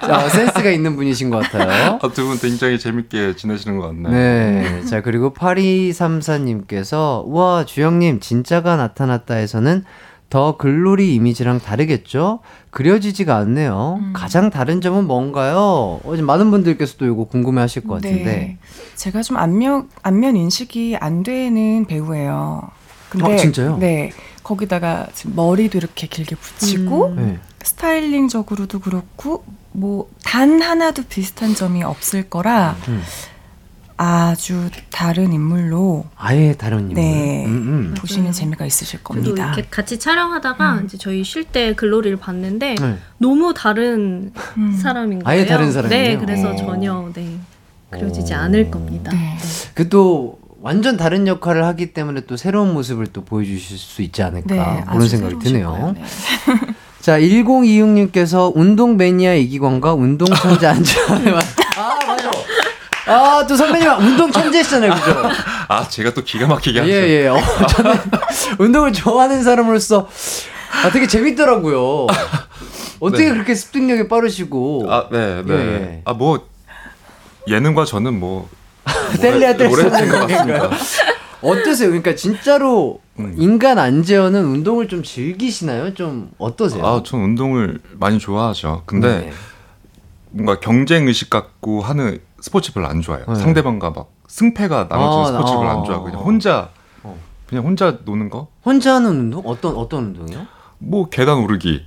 아, 센스가 있는 분이신 것 같아요. 아, 두분 굉장히 재밌게 지내시는 것 같네요. 네. 자, 그리고 8234님께서, 우와, 주영님, 진짜가 나타났다에서는 더 글로리 이미지랑 다르겠죠? 그려지지가 않네요. 가장 다른 점은 뭔가요? 어제 많은 분들께서도 이거 궁금해 하실 것 같은데. 네. 제가 좀 안면 안면 인식이 안 되는 배우예요. 근데 어, 진짜요? 네. 거기다가 지금 머리도 이렇게 길게 붙이고 음. 네. 스타일링적으로도 그렇고 뭐 단 하나도 비슷한 점이 없을 거라 음. 아주 다른 인물로 아예 다른 인물. 네. 음, 음. 보시는 재미가 있으실 또 겁니다. 이렇게 같이 촬영하다가 음. 이제 저희 쉴 때 글로리를 봤는데 네. 너무 다른 음. 사람인 거예요. 아예 다른 사람이네요. 네, 그래서 어. 전혀 네 그려지지 어. 않을 겁니다. 네. 그 또 완전 다른 역할을 하기 때문에 또 새로운 모습을 또 보여주실 수 있지 않을까 네, 그런 아주 생각이 새로우실 드네요. 거예요. 네. 자, 1026님께서 운동 매니아 이기광과 운동 천재 안지환의 만- 아, 맞아. 아, 또 선배님 운동 천재시잖아요, 그죠? 아 제가 또 기가 막히게 하죠. 예, 예. 어, 저는 운동을 좋아하는 사람으로서 아, 되게 재밌더라고요. 어떻게 네. 그렇게 습득력이 빠르시고 아 네, 네. 예, 예. 아 뭐 예능과 저는 뭐 뗄래야 뗄수 오래 없는 된것 같습니다. 어떠세요? 그러니까 진짜로 음. 인간 안재현은 운동을 좀 즐기시나요? 좀 어떠세요? 아, 전 운동을 많이 좋아하죠. 근데 예. 네. 뭔가 경쟁 의식 갖고 하는 스포츠 별로 안 좋아해요. 네. 상대방과 막 승패가 나눠지는 아, 스포츠 별로 아. 안 좋아하고 그냥 혼자 어. 그냥 혼자 노는 거? 혼자 하는 운동? 어떤 어떤 운동이요? 뭐 계단 오르기.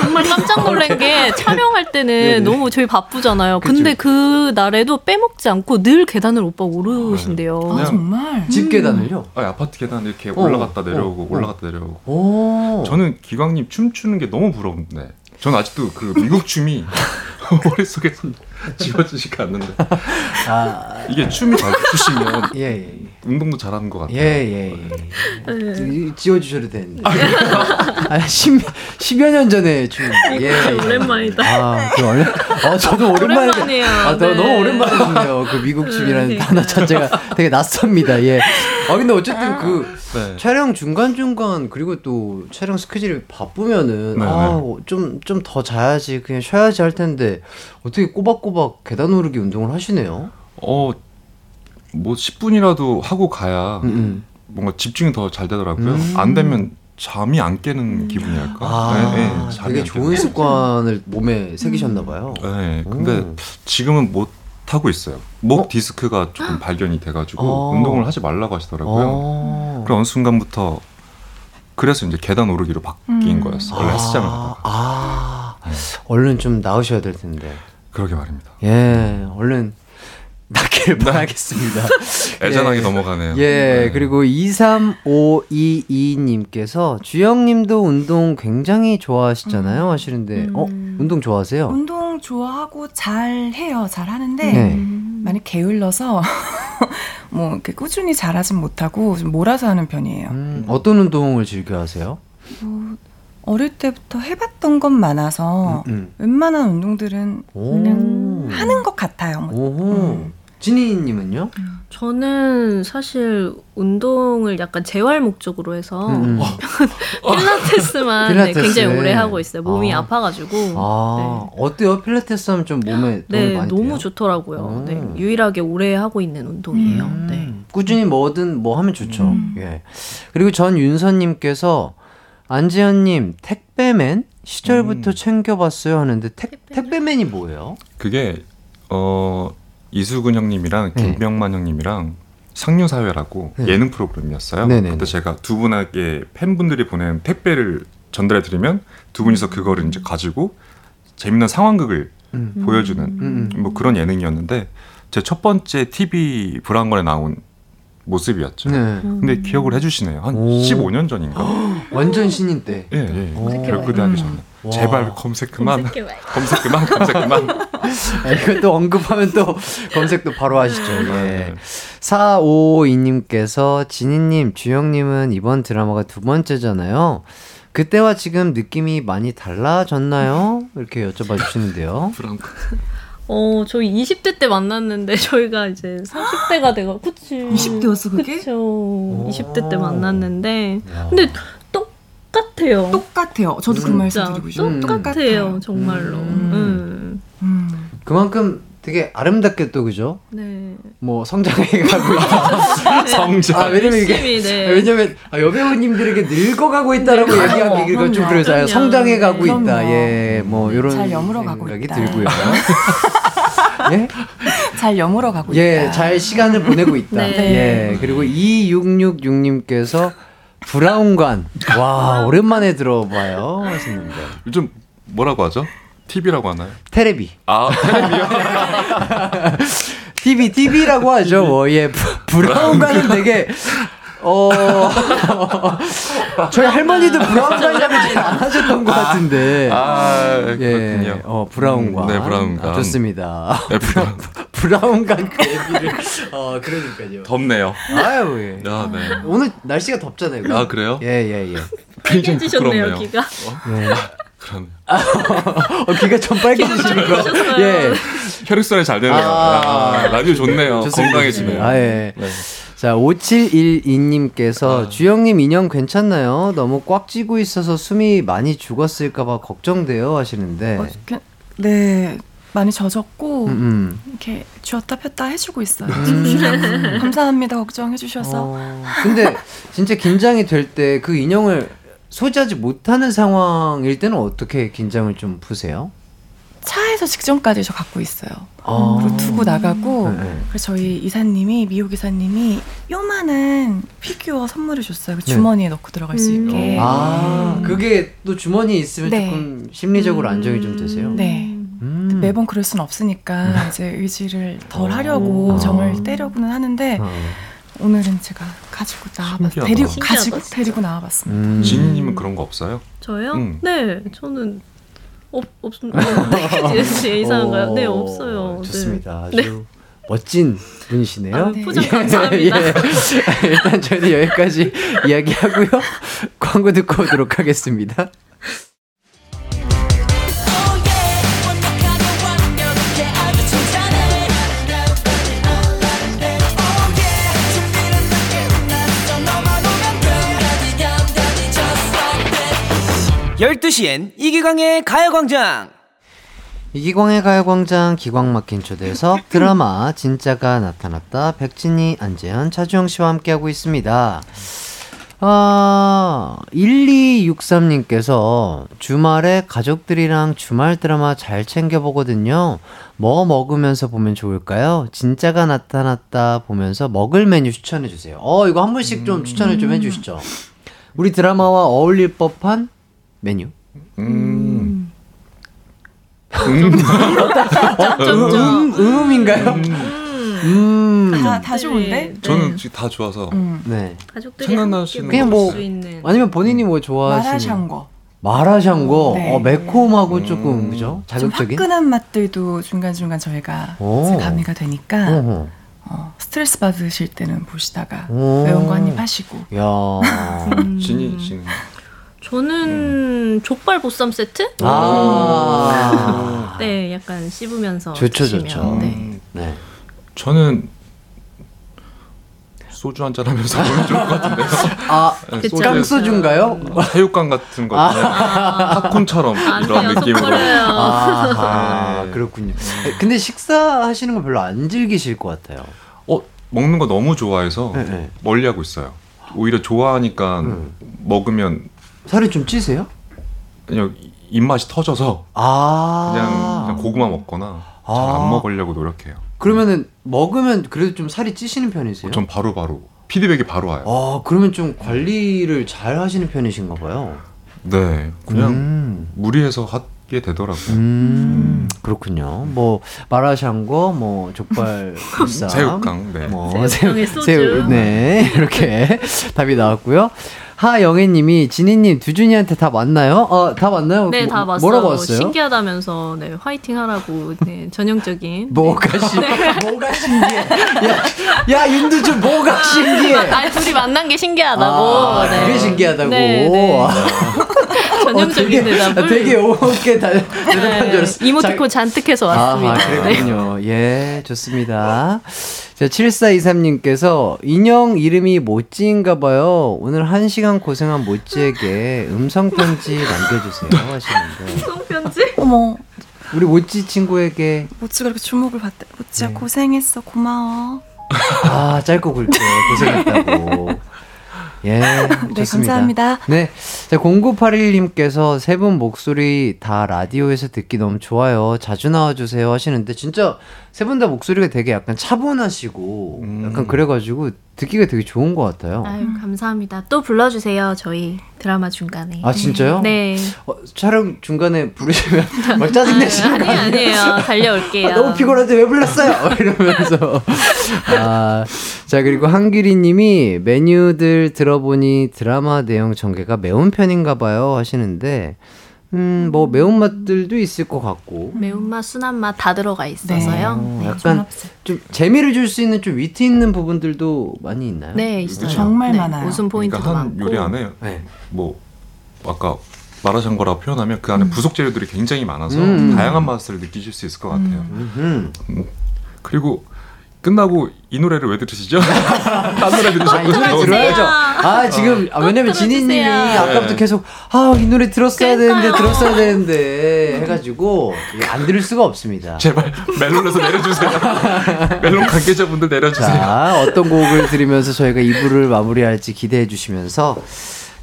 정말 깜짝 놀란 게 촬영할 때는 너무 저희 바쁘잖아요. 근데 그 날에도 빼먹지 않고 늘 계단을 오빠 오르신대요. 아 어, 그냥- 정말 집 계단을요? 아, 아파트 계단 이렇게 올라갔다 내려오고 어, 어. 올라갔다 내려오고. 오. 저는 기광님 춤추는 게 너무 부러운데. 저는 아직도 그 미국 춤이 머릿속에서 지워지지가 않는데 아, 이게 춤이 잘 추시면 예, 예. 운동도 잘하는 것 같아요. 예, 예, 네. 예. 지- 지워주셔도 되는데. 아, 10, 10여 년 전에 춤. 예. 예. 아, 오랜만이다. 아, 그 얼, 어, 저도 오랜만에. 오랜만이에요. 아, 너, 네. 너무 오랜만에 듣네요. 그 미국 춤이라는 그러니까요. 단어 자체가 되게 낯섭니다. 예. 아, 근데 어쨌든 그 네. 촬영 중간중간, 그리고 또 촬영 스케줄이 바쁘면은, 네, 아, 네. 어, 좀, 좀 더 자야지, 그냥 쉬어야지 할 텐데, 어떻게 꼬박꼬박 계단 오르기 운동을 하시네요? 어, 뭐 10분이라도 하고 가야 음, 음. 뭔가 집중이 더 잘 되더라고요. 음. 안 되면 잠이 안 깨는 기분이랄까. 아, 네, 잠이 되게 안 좋은 깨는 습관을 몸에 새기셨나 봐요. 기분. 음. 네, 근데 오. 지금은 못 하고 있어요. 목 어? 디스크가 조금 발견이 돼가지고 어. 운동을 하지 말라고 하시더라고요. 어. 그런 어느 순간부터 그래서 이제 계단 오르기로 바뀐 음. 거였어요. 원래 헬스장을 가다가 아, 얼른 좀 나오셔야 될 텐데. 그러게 말입니다. 예, 얼른 낫기를 네. 바라겠습니다. 애잔하게 예. 넘어가네요. 예, 네. 그리고 23522님께서 주영님도 운동 굉장히 좋아하시잖아요 하시는데, 어, 운동 좋아하세요? 운동 좋아하고 잘 해요. 잘 하는데 네. 많이 게을러서 뭐 이렇게 꾸준히 잘하진 못하고 좀 몰아서 하는 편이에요. 음, 어떤 운동을 즐겨 하세요? 어릴 때부터 해봤던 건 많아서 음, 음. 웬만한 운동들은 오. 그냥 하는 것 같아요. 뭐 오호. 음. 진이님은요? 네. 저는 사실 운동을 약간 재활 목적으로 해서 음, 음. 필라테스만 네, 필라테스. 굉장히 오래 하고 있어요. 몸이 아. 아. 파가지고 아 어때요? 필라테스 하면 좀 몸에 도움이 네, 많이 너무 돼요? 음. 좋더라고요. 네, 유일하게 오래 하고 있는 운동이에요. 네. 음, 꾸준히 뭐든 뭐 하면 좋죠. 음. 예. 그리고 전 윤서님께서 안지현님 택배맨 시절부터 챙겨봤어요 하는데 택, 택배맨이 뭐예요? 그게 어 이수근 형님이랑 네. 김병만 형님이랑 상류사회라고 네. 예능 프로그램이었어요. 네네네. 그때 제가 두 분에게 팬분들이 보낸 택배를 전달해 드리면 두 분이서 그거를 이제 가지고 재밌는 상황극을 음. 보여주는 음, 음. 뭐 그런 예능이었는데 제 첫 번째 TV 브라운관에 나온 모습이었죠. 네. 근데 기억을 해주시네요. 한 오. 15년 전인가? 완전 신인 때. 예, 예. 오. 결구대하기 전에. 와. 제발 검색 그만. 검색 그만. 검색 그만. 아, 이것도 언급하면 또 검색도 바로 하시죠. 예. 네. 4552님께서 진희님, 주영님은 이번 드라마가 두 번째잖아요. 그때와 지금 느낌이 많이 달라졌나요? 이렇게 여쭤봐 주시는데요. 브라운관. 어, 저희 20대 때 만났는데 저희가 이제 30대가 되고 그치. 20대 였어, 그게? 그쵸. 20대 때 만났는데 아. 근데 똑같아요. 똑같아요. 저도 그 말씀 진짜 드리고 음. 싶어요. 똑같아요, 정말로. 음. 음. 그만큼 되게 아름답게 또 그죠? 네. 뭐 성장해가고 있다. 성적. 아 왜냐면 이게 열심히, 네. 아, 왜냐면 아, 여배우님들에게 늙어가고 있다라고 얘기하기가 좀 그럼요. 그래서 아, 그럼요. 성장해가고 그럼요. 음, 있다. 예, 뭐 이런 잘 여물어가고 생각이 있다. 들고요. 예, 잘 여물어 가고 예, 있다. 잘 시간을 보내고 있다. 네. 예, 그리고 2666님께서 브라운관 와 오랜만에 들어봐요 하시는데 요즘 뭐라고 하죠? TV라고 하나요? 테레비 아, TV, TV라고 하죠. 뭐, 예. 부- 브라운관은 되게, 어, 저희 할머니도 브라운관이라고 잘안 하셨던 것 같은데. 아 예. 그렇군요. 어, 브라운관. 음, 네, 브라운관. 아, 좋습니다. 네, 브라운. 브라운관 그 얘기를. 어, 그러니까요. 덥네요. 아유, 예. 아, 네. 오늘 날씨가 덥잖아요. 아, 그래요? 예, 예, 예. 깨지셨네요, 기가. 예. 그럼 어, 귀가 좀 빨개지시는 거. 예. 혈액순환이 잘 되네요. 아. 아, 라디오 좋네요. 좋습니다. 건강해지네요. 아, 예. 네. 자, 5712님께서 주영님 인형 괜찮나요? 너무 꽉 쥐고 있어서 숨이 많이 죽었을까봐 걱정돼요 하시는데. 어, 그- 네 많이 젖었고 음, 음. 이렇게 쥐었다 폈다 해주고 있어요. 음. 감사합니다. 걱정해 주셔서. 어, 근데 진짜 긴장이 될 때 그 인형을 소지하지 못하는 상황일 때는 어떻게 긴장을 좀 푸세요? 차에서 직전까지 저 갖고 있어요. 아. 음, 그리고 두고 나가고 네, 네. 그래서 저희 이사님이 미호 기사님이 요만한 피규어 선물을 줬어요. 그 주머니에 넣고 들어갈 수 음. 있게. 네. 아, 그게 또 주머니에 있으면 네. 조금 심리적으로 음. 안정이 좀 되세요? 네. 음. 매번 그럴 순 없으니까 이제 의지를 덜 하려고 어. 정을 떼려고는 하는데 어. 오늘은 제가 가지고 나와봤어요. 신기하다. 데리고 신기하다, 가지고 진짜. 데리고 나와봤습니다. 음. 진님은 그런 거 없어요? 저요? 음. 네, 저는 없 어, 없습니다. 이상한가요? 네, 어, 없어요. 네. 좋습니다. 아주 멋진 분이시네요. 아, 포장 예, 감사합니다. 예. 일단 저희는 여기까지 이야기하고요. 광고 듣고 오도록 하겠습니다. 이기광의 가요광장 기광 막힌 초대석 드라마 진짜가 나타났다 백진이 안재현 차주영 씨와 함께하고 있습니다. 아 1263님께서 주말에 가족들이랑 주말 드라마 잘 챙겨 보거든요. 뭐 먹으면서 보면 좋을까요? 진짜가 나타났다 보면서 먹을 메뉴 추천해 주세요. 어 이거 한 분씩 좀 추천을 좀 해주시죠. 우리 드라마와 어울릴 법한 메뉴. 음. 음, 음인가요? 음. 다, 다 좋은데? 네, 저는 지금 다 좋아서 음. 네. 가족들이 함께 생각나시는 그냥 먹을 뭐 수 있는 아니면 본인이 뭐 좋아하시는 마라샹궈. 마라샹궈. 네. 어, 매콤하고 음. 조금 그죠? 좀 자극적인. 화끈한 맛들도 중간중간 저희가 오. 이제 가미가 되니까 어허. 어, 스트레스 받으실 때는 보시다가 오. 매운 거 한 입 하시고 음. 야. 음. 진이 씨는 음. 저는 족발 보쌈 세트? 아. 네, 약간 씹으면서 좋죠, 드시면, 좋죠. 네. 음, 네. 저는 소주 한잔 하면서 보면 좋을 것 같은데요. 아, 네, 그쵸. 소주에 깡소주인가요? 사육관 같은 거 아. 그냥 팝콘처럼 안 돼요, 이런 느낌으로. 섞어요. 아, 네. 그렇군요. 근데 식사하시는 거 별로 안 즐기실 것 같아요. 어 먹는 거 너무 좋아해서 네, 음. 네. 멀리하고 있어요. 오히려 좋아하니까 먹으면 살이 좀 찌세요? 그냥 입맛이 터져서 아. 그냥, 그냥 고구마 먹거나 잘 아. 안 먹으려고 노력해요. 그러면은 먹으면 그래도 좀 살이 찌시는 편이세요? 전 바로바로 피드백이 바로 와요. 아, 그러면 좀 관리를 잘 하시는 편이신가 봐요. 네, 그냥 음. 무리해서 하게 되더라고요. 음, 그렇군요. 뭐 마라샹궈, 뭐 족발, 쌈, 새우깡, 네. 뭐 새우깡에 새우- 소주. 새우, 네 이렇게 답이 나왔고요. 하영애님이 진희님 두준이한테 다 맞나요? 어다 맞나요? 네, 뭐- 다 봤어요. 뭐라고 왔어요? 신기하다면서 네, 화이팅 하라고 네, 전형적인 뭐가 신 네. 뭐가 신기해? 야, 야 윤두준 뭐가 신기해? 아, 둘이 만난 게 신기하다고. 예. 아, 네. 그게 신기하다고. 네, 네. 전형적인 되게, 아, 대답을. 네. 되게 오게 다- 대답한 줄 알았어. 이모티콘 잔뜩해서 왔습니다. 네. 아, 그렇군요. 예, 좋습니다. 자, 7423님께서 인형 이름이 모찌인가 봐요. 오늘 한시간 고생한 모찌에게 음성편지 남겨주세요. 하시는데. 송편지? 어머, 우리 모찌 친구에게, 모찌가 이렇게 주목을 받대. 모찌야 네. 고생했어, 고마워. 아, 짧고 굵게 고생했다고. 예. 네, 좋습니다. 감사합니다. 네. 자, 0981님께서 세 분 목소리 다 라디오에서 듣기 너무 좋아요. 자주 나와주세요 하시는데, 진짜 세 분 다 목소리가 되게 약간 차분하시고, 음. 약간 그래가지고 듣기가 되게 좋은 것 같아요. 아유, 감사합니다. 또 불러주세요, 저희 드라마 중간에. 아, 진짜요? 네. 어, 촬영 중간에 부르시면 막 짜증내시는 거 아니, 아니에요? 아니에요. 달려올게요. 아, 너무 피곤한데 왜 불렀어요? 이러면서. 아, 자, 그리고 한규리 님이 메뉴들 들어보니 드라마 내용 전개가 매운 편인가 봐요 하시는데, 음, 뭐 매운맛들도 있을 것 같고. 매운맛, 순한맛 다 들어가 있어서요. 어, 네. 약간 좀 재미를 줄 수 있는 좀 위트 있는 부분들도 많이 있나요? 네, 있어요. 정말 네, 많아요. 웃음 포인트도 그러니까 한 많고. 요리 안에 네. 뭐 아까 마라샹궈라고 표현하면 그 안에 부속 재료들이 굉장히 많아서 음. 다양한 맛을 느끼실 수 있을 것 같아요. 음흠. 그리고 끝나고 이 노래를 왜 들으시죠? 딴 노래 네. 들으셨 아, 이 고 노래 들어야죠. 아, 지금, 아, 왜냐면 꼭 지니님이 들어주세요. 아까부터 네. 계속, 아, 이 노래 들었어야 되는데, 그러니까요. 들었어야 되는데, 해가지고, 예, 안 들을 수가 없습니다. 제발 멜론에서 내려주세요. 멜론 관계자분들 내려주세요. 자, 어떤 곡을 들으면서 저희가 2부를 마무리할지 기대해 주시면서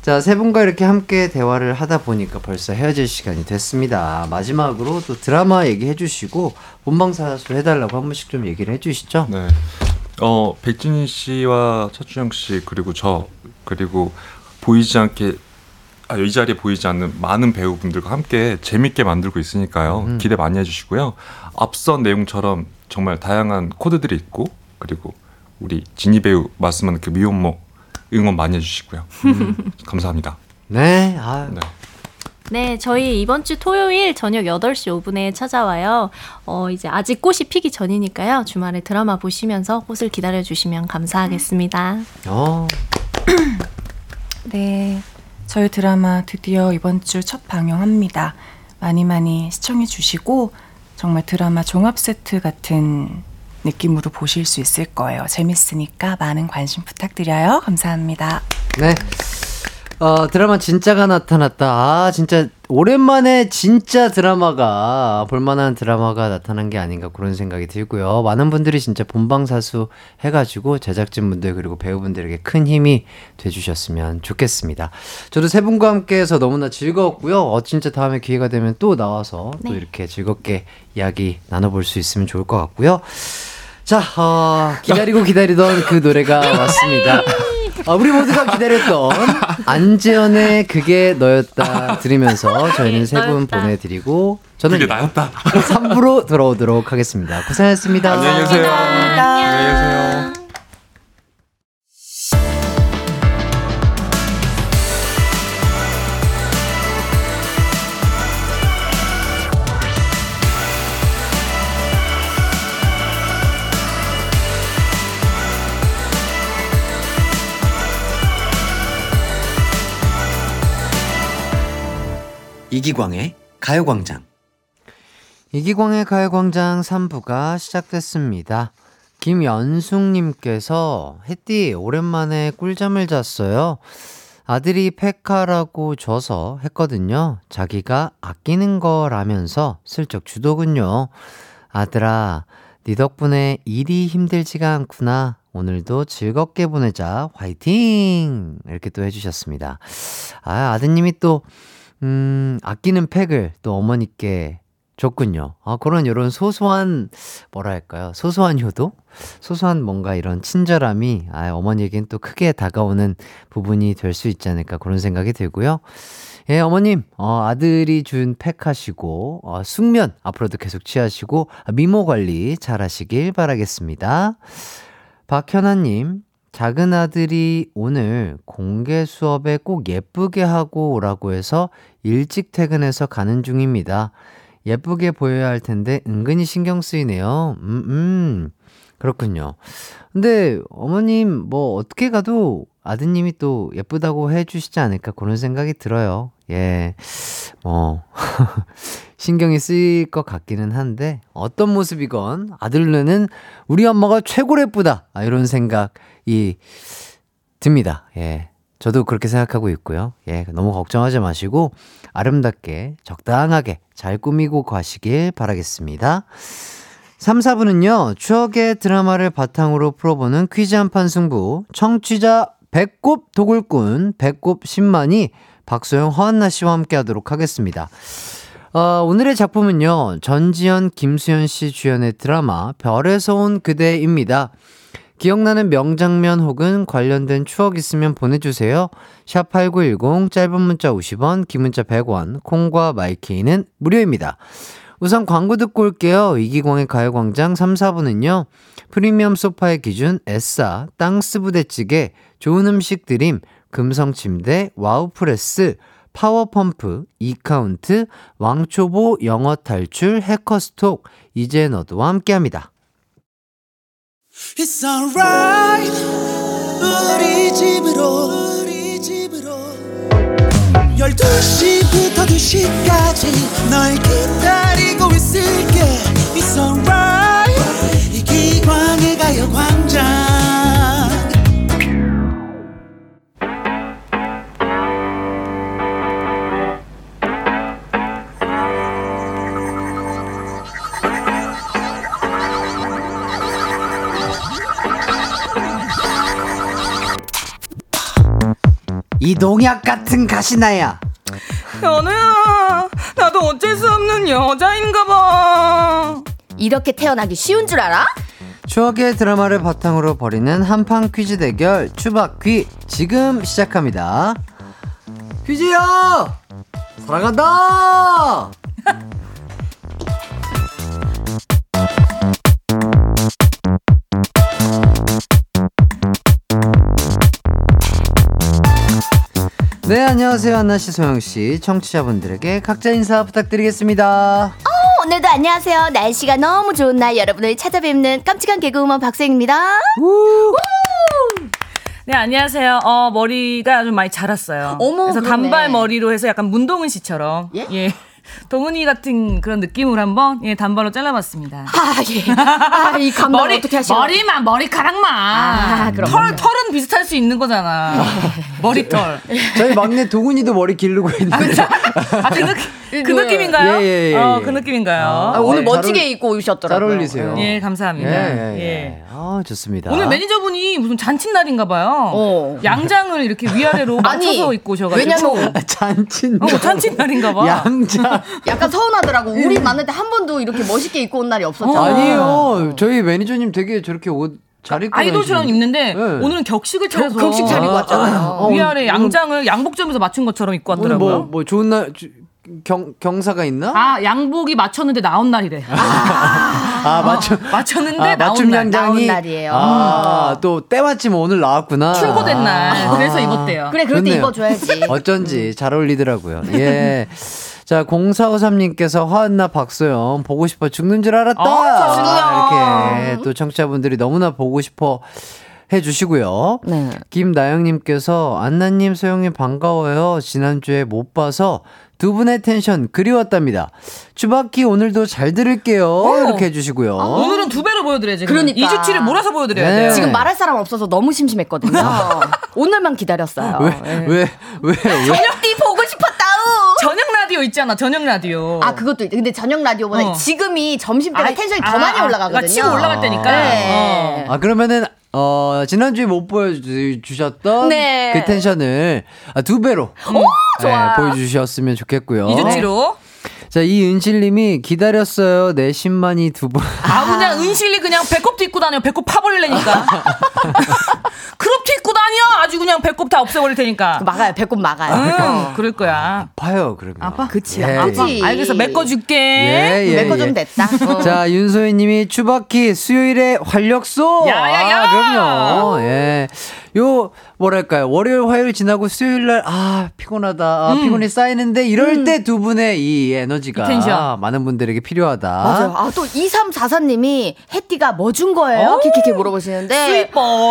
자, 세 분과 이렇게 함께 대화를 하다 보니까 벌써 헤어질 시간이 됐습니다. 마지막으로 또 드라마 얘기해 주시고 본방사수 해달라고 한 번씩 좀 얘기를 해 주시죠. 네. 어 백진희 씨와 차주영 씨 그리고 저 그리고 보이지 않게 아, 이 자리에 보이지 않는 많은 배우분들과 함께 재밌게 만들고 있으니까요. 기대 많이 해주시고요. 앞선 내용처럼 정말 다양한 코드들이 있고 그리고 우리 진희 배우 말씀한 그 미혼모 응원 많이 해주시고요. 음. 감사합니다. 네, 아, 네. 네, 저희 이번 주 토요일 저녁 8시 5분에 찾아와요. 어, 이제 아직 꽃이 피기 전이니까요. 주말에 드라마 보시면서 꽃을 기다려주시면 감사하겠습니다. 어, 네, 저희 드라마 드디어 이번 주 첫 방영합니다. 많이 많이 시청해 주시고 정말 드라마 종합 세트 같은 느낌으로 보실 수 있을 거예요. 재밌으니까 많은 관심 부탁드려요. 감사합니다. 네. 어, 드라마 진짜가 나타났다. 아, 진짜 오랜만에 진짜 드라마가 볼만한 드라마가 나타난 게 아닌가 그런 생각이 들고요. 많은 분들이 진짜 본방사수 해가지고 제작진분들 그리고 배우분들에게 큰 힘이 돼주셨으면 좋겠습니다. 저도 세 분과 함께해서 너무나 즐거웠고요. 어, 진짜 다음에 기회가 되면 또 나와서 또 이렇게 즐겁게 이야기 나눠볼 수 있으면 좋을 것 같고요. 자, 어, 기다리고 기다리던 그 노래가 왔습니다. 어, 우리 모두가 기다렸던 안재현의 그게 너였다 들으면서 저희는 세 분 너였다. 보내드리고 저는 그게 나였다. 3부로 돌아오도록 하겠습니다. 고생하셨습니다. 안녕히 계세요. 안녕히 계세요. 이기광의 가요광장. 이기광의 가요광장 3부가 시작됐습니다. 김연숙님께서 햇띠 오랜만에 꿀잠을 잤어요. 아들이 페카라고 줘서 했거든요. 자기가 아끼는 거라면서 슬쩍 주더군요. 아들아, 네 덕분에 일이 힘들지가 않구나. 오늘도 즐겁게 보내자. 화이팅! 이렇게 또 해주셨습니다. 아, 아드님이 또, 음, 아끼는 팩을 또 어머니께 줬군요. 아, 그런 이런 소소한, 뭐랄까요. 소소한 효도? 소소한 뭔가 이런 친절함이, 아, 어머니에겐 또 크게 다가오는 부분이 될 수 있지 않을까 그런 생각이 들고요. 예, 어머님, 어, 아들이 준 팩 하시고, 어, 숙면 앞으로도 계속 취하시고, 아, 미모 관리 잘 하시길 바라겠습니다. 박현아님, 작은 아들이 오늘 공개 수업에 꼭 예쁘게 하고 오라고 해서 일찍 퇴근해서 가는 중입니다. 예쁘게 보여야 할 텐데 은근히 신경 쓰이네요. 음, 음. 그렇군요. 근데 어머님 뭐 어떻게 가도 아드님이 또 예쁘다고 해주시지 않을까 그런 생각이 들어요. 예. 뭐, 신경이 쓰일 것 같기는 한데, 어떤 모습이건 아들 눈에는 우리 엄마가 최고로 예쁘다! 아, 이런 생각이 듭니다. 예. 저도 그렇게 생각하고 있고요. 예. 너무 걱정하지 마시고, 아름답게, 적당하게 잘 꾸미고 가시길 바라겠습니다. 3, 4부는요, 추억의 드라마를 바탕으로 풀어보는 퀴즈 한판 승부, 청취자 배꼽 도굴꾼, 배꼽 10만이 박소영, 허한나 씨와 함께 하도록 하겠습니다. 어, 오늘의 작품은요, 전지현, 김수현 씨 주연의 드라마, 별에서 온 그대입니다. 기억나는 명장면 혹은 관련된 추억 있으면 보내주세요. 샵8910, 짧은 문자 50원, 긴 문자 100원, 콩과 마이케이는 무료입니다. 우선 광고 듣고 올게요. 이기광의 가요광장 3, 4부는요. 프리미엄 소파의 기준 에싸, 땅스 부대찌개, 좋은 음식 드림, 금성침대, 와우프레스, 파워펌프, 이카운트, 왕초보 영어 탈출, 해커스톡, 이제 너도와 함께합니다. It's alright 우리 집으로 우리 집으로 12시부터 2시까지 널 기다리고 있을게 It's alright 이기광의 가요광장 이 농약 같은 가시나야. 연우야, 나도 어쩔 수 없는 여자인가 봐. 이렇게 태어나기 쉬운 줄 알아? 추억의 드라마를 바탕으로 벌이는 한판 퀴즈 대결 추박퀴 지금 시작합니다. 퀴즈야! 사랑한다! 네, 안녕하세요. 한나씨, 소영씨. 청취자분들에게 각자 인사 부탁드리겠습니다. 어, 오늘도 안녕하세요. 날씨가 너무 좋은 날 여러분을 찾아뵙는 깜찍한 개그우먼 박수영입니다. 네, 안녕하세요. 어, 머리가 좀 많이 자랐어요. 어머, 그래서 그러네. 단발 머리로 해서 약간 문동은 씨처럼. 예? 동은이 같은 그런 느낌으로 한번 예, 단발로 잘라봤습니다. 아, 예. 아, 이 감각 머리 어떻게 하시나? 머리만 머리카락만 아, 그럼. 털 털은 비슷할 수 있는 거잖아 예. 머리털 저희 막내 도훈이도 머리 기르고 있는데. 아, 그, 느낌, 그 예, 느낌인가요? 예, 예, 어, 예. 그 느낌인가요? 아, 오늘 네, 멋지게 잘 어울- 입고 잘 오셨더라고요. 어울리세요. 예, 감사합니다. 예, 예, 예. 예. 아, 좋습니다. 오늘 매니저분이 무슨 잔칫날인가 봐요. 어. 양장을 이렇게 위아래로 아니, 맞춰서 입고 오셔가지고. 왜냐면 잔친. 어, 잔칫날인가 봐. 양자. 약간 서운하더라고. 우리 만날 때 한 번도 이렇게 멋있게 입고 온 날이 없었잖아. 어, 아니에요. 저희 매니저님 되게 저렇게 옷 잘 입고 아이돌처럼 다니시는- 네. 입는데 오늘은 격식을 차려서 격식 잘 입고 왔잖아요. 어, 위아래 오늘- 양장을 양복점에서 맞춘 것처럼 입고 오늘 왔더라고요. 뭐 뭐 좋은 날 주- 경, 경사가 있나? 아 양복이 맞췄는데 나온 날이래. 어, 아, 맞춤 맞췄는데 아, 나온 맞춤 날. 양장이 나온 날이에요. 아, 또 때마침 오늘 나왔구나. 출고된 날. 아. 그래서 입었대요. 그래, 그럴 때 좋네요. 입어줘야지. 어쩐지 잘 어울리더라고요. 예. 자, 0453님께서 화한나 박소영 보고 싶어 죽는 줄 알았다. 아, 진짜요? 이렇게 또 청취자분들이 너무나 보고 싶어 해주시고요. 네. 김나영님께서 안나님, 소영님 반가워요. 지난주에 못 봐서 두 분의 텐션 그리웠답니다. 주바키 오늘도 잘 들을게요. 이렇게 해주시고요. 오늘은 두 배로 보여드려야지. 그러니까. 2주치를 몰아서 보여드려야 어? 네. 돼요. 지금 말할 사람 없어서 너무 심심했거든요. 오늘만 기다렸어요. 왜, 왜, 왜, 왜? 네 보고 싶었다우. 저녁 라디오 있잖아, 저녁 라디오. 아 그것도 있- 근데 저녁 라디오보다 어. 지금이 점심 때가 아, 텐션이 아, 더 많이 아, 올라가거든요. 치고 올라갈 때니까. 네. 아, 그러면은, 어, 지난주에 못 보여주셨던 네. 그 텐션을 아, 두 배로 네, 보여주셨으면 좋겠고요. 어. 2주치로. 자, 이은실님이 기다렸어요. 내 10만이 두 번. 아, 그냥 은실이 그냥 배꼽도 입고 다녀. 배꼽 파버릴래니까. 크롭도 입고 다녀. 아주 그냥 배꼽 다 없애버릴 테니까. 그 막아요. 배꼽 막아요. 응, 그럴 거야. 아파요, 그러면. 아파? 그치. 예, 아파. 예. 알겠어. 메꿔줄게. 예, 예, 메꿔 예. 좀 됐다. 어. 자, 윤소희 님이 추바키 수요일에 활력소! 야, 야, 야! 아, 그럼요. 예. 요, 뭐랄까요. 월요일, 화요일 지나고 수요일 날, 아, 피곤하다. 아, 피곤이 쌓이는데, 이럴 때 두 분의 이 에너지가 이 텐션. 많은 분들에게 필요하다. 맞아요. 아, 또 2344님이 해띠가 뭐 준 거예요? 키키키 물어보시는데. 어.